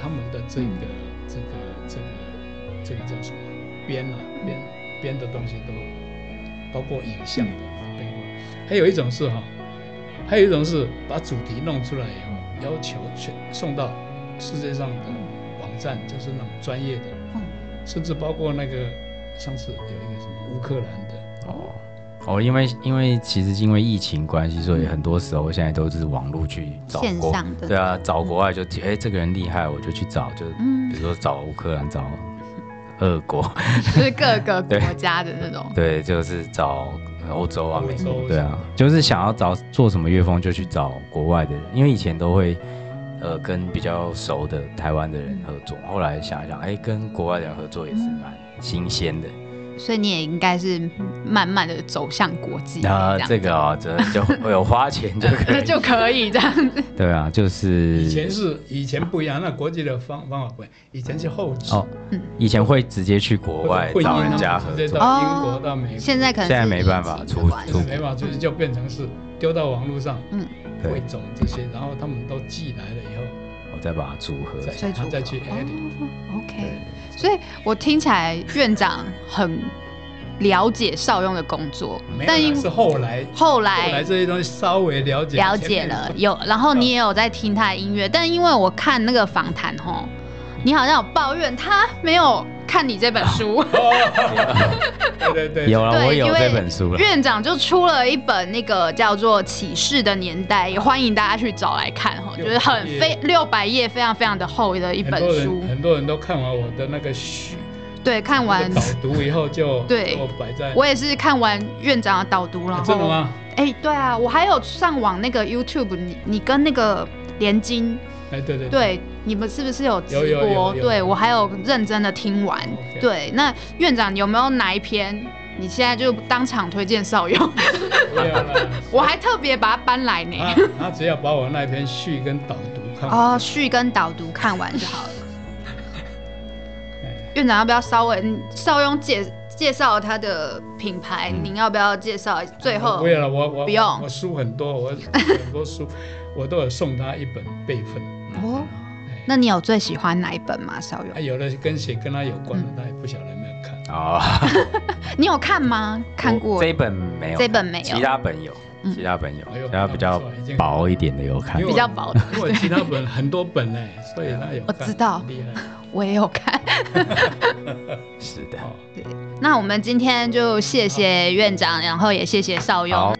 [SPEAKER 4] 他们的这个、
[SPEAKER 3] 嗯
[SPEAKER 4] 这个这个这个叫什么编啊编编的东西都包括影像的对吧还有一种是哈、还有一种是把主题弄出来
[SPEAKER 3] 嗯
[SPEAKER 4] 以后，要求全送到世界上的网站，就是那种专业的，
[SPEAKER 3] 嗯
[SPEAKER 4] 甚至包括那个上次有一个什么乌克兰的。
[SPEAKER 3] 哦哦，因为因为其实因为疫情关系，所以很多时候现在都是网络去找
[SPEAKER 1] 线
[SPEAKER 3] 国
[SPEAKER 1] 上的
[SPEAKER 3] 对啊，找国外就哎、这个人厉害，我就去找，就
[SPEAKER 1] 嗯
[SPEAKER 3] 比如说找乌克兰，找俄国，
[SPEAKER 1] 就是各个国家的那种。
[SPEAKER 3] 对，就是找欧洲啊、
[SPEAKER 4] 欧
[SPEAKER 3] 美
[SPEAKER 4] 洲
[SPEAKER 3] 国，对啊，就是想要找做什么乐风就去找国外的人，因为以前都会呃跟比较熟的台湾的人合作，后来想一想，哎、跟国外的人合作也是蛮新鲜的，
[SPEAKER 1] 所以你也应该是慢慢的走向国际啊这
[SPEAKER 6] 那
[SPEAKER 3] 啊
[SPEAKER 1] 样
[SPEAKER 6] 这个哦，这就会有花钱就可 以。
[SPEAKER 1] 就可以这样子。
[SPEAKER 3] 对啊，就是
[SPEAKER 4] 以前是以前不一样，那国际的方方法不一样，以前是后置，
[SPEAKER 3] 哦
[SPEAKER 1] 嗯，
[SPEAKER 3] 以
[SPEAKER 6] 以前会直接去国外
[SPEAKER 4] 或者
[SPEAKER 6] 找
[SPEAKER 4] 婚姻
[SPEAKER 6] 人家
[SPEAKER 4] 啊
[SPEAKER 6] 合
[SPEAKER 4] 直接
[SPEAKER 6] 作，
[SPEAKER 4] 到英国到美国，
[SPEAKER 1] 哦现在可能
[SPEAKER 6] 现在
[SPEAKER 1] 是
[SPEAKER 6] 没
[SPEAKER 1] 疫
[SPEAKER 6] 办法
[SPEAKER 1] 情的
[SPEAKER 6] 出
[SPEAKER 1] 关系
[SPEAKER 6] 出
[SPEAKER 4] 没法，就是就变成是丢到网络上，
[SPEAKER 1] 嗯
[SPEAKER 6] 对
[SPEAKER 4] 汇总这些，然后他们都寄来了以后，
[SPEAKER 6] 我再把它组合起来。
[SPEAKER 1] 所以
[SPEAKER 4] 他
[SPEAKER 1] 出
[SPEAKER 4] 再去
[SPEAKER 1] 口
[SPEAKER 4] edit
[SPEAKER 1] 哦 OK，所以我听起来院长很了解邵雍的工作，哦
[SPEAKER 4] 没
[SPEAKER 1] 但因
[SPEAKER 4] 有啦是后来
[SPEAKER 1] 后来
[SPEAKER 4] 后来这些东西稍微了解
[SPEAKER 1] 了解
[SPEAKER 4] 前面
[SPEAKER 1] 了，有，然后你也有在听他的音
[SPEAKER 4] 嗯
[SPEAKER 1] 乐，但因为我看那个访谈吼，你好像有抱怨他没有看你这本书，
[SPEAKER 4] 对对对，
[SPEAKER 3] 有了，我
[SPEAKER 1] 对，
[SPEAKER 3] 有
[SPEAKER 1] 因为
[SPEAKER 3] 这本
[SPEAKER 4] 啊
[SPEAKER 3] 书了。
[SPEAKER 1] 院长就出了一本那个叫做《启示的年代》，也欢迎大家去找来看哈，就是很非六百页，非常非常的厚的一
[SPEAKER 4] 很
[SPEAKER 1] 本
[SPEAKER 4] 多
[SPEAKER 1] 书
[SPEAKER 4] 人。很多人都看完我的那个序，
[SPEAKER 1] 对，看完
[SPEAKER 4] 那个导读以后就
[SPEAKER 1] 对
[SPEAKER 4] 就摆在
[SPEAKER 1] 我也是看完院长的导读，然
[SPEAKER 4] 啊
[SPEAKER 1] 后
[SPEAKER 4] 真的吗？
[SPEAKER 1] 哎、对啊，我还有上网那个 YouTube，你你跟那个连金，
[SPEAKER 4] 哎对对，
[SPEAKER 1] 对，你们是不是有直播？
[SPEAKER 4] 有有有有
[SPEAKER 1] 对我还有认真的听完。
[SPEAKER 4] OK
[SPEAKER 1] 对，那院长有没有哪一篇你现在就当场推荐少 用？
[SPEAKER 4] 不要啦
[SPEAKER 1] 我还特别把它搬来呢。
[SPEAKER 4] 他他啊只要把我那篇序跟导读看完，
[SPEAKER 1] 哦，序跟导读看完就 好了。
[SPEAKER 4] 哎
[SPEAKER 1] 院长要不要稍微嗯邵雍介介绍他的品牌？
[SPEAKER 6] 嗯
[SPEAKER 1] 您要不要介绍？最后
[SPEAKER 4] 不要了，我我
[SPEAKER 1] 不用
[SPEAKER 4] 我书很多，我 很多书我都有送他一本备份，哎
[SPEAKER 1] 哦，那你有最喜欢哪一本吗？邵
[SPEAKER 4] 啊
[SPEAKER 1] 雍，
[SPEAKER 4] 有的跟写跟他有关
[SPEAKER 1] 嗯
[SPEAKER 4] 的，他也不晓得有没有看。
[SPEAKER 6] 哦，
[SPEAKER 1] 你有看吗？看
[SPEAKER 6] 我
[SPEAKER 1] 过
[SPEAKER 6] 这一本没有，
[SPEAKER 1] 这本没有
[SPEAKER 6] 其他本有，
[SPEAKER 1] 嗯
[SPEAKER 6] 其他本有
[SPEAKER 4] 哎呦，
[SPEAKER 6] 其他比较
[SPEAKER 4] 那不错已经
[SPEAKER 6] 薄一点的有看
[SPEAKER 4] 因
[SPEAKER 1] 比
[SPEAKER 4] 为。我
[SPEAKER 1] 较薄的
[SPEAKER 4] 因为我其他本很多本呢，所以他有
[SPEAKER 1] 我
[SPEAKER 4] 看
[SPEAKER 1] 知道
[SPEAKER 4] 很厉害
[SPEAKER 1] 我也有看。
[SPEAKER 6] 是的，
[SPEAKER 4] 哦。
[SPEAKER 1] 那我们今天就谢谢院长，然后也谢谢邵雍
[SPEAKER 6] 好。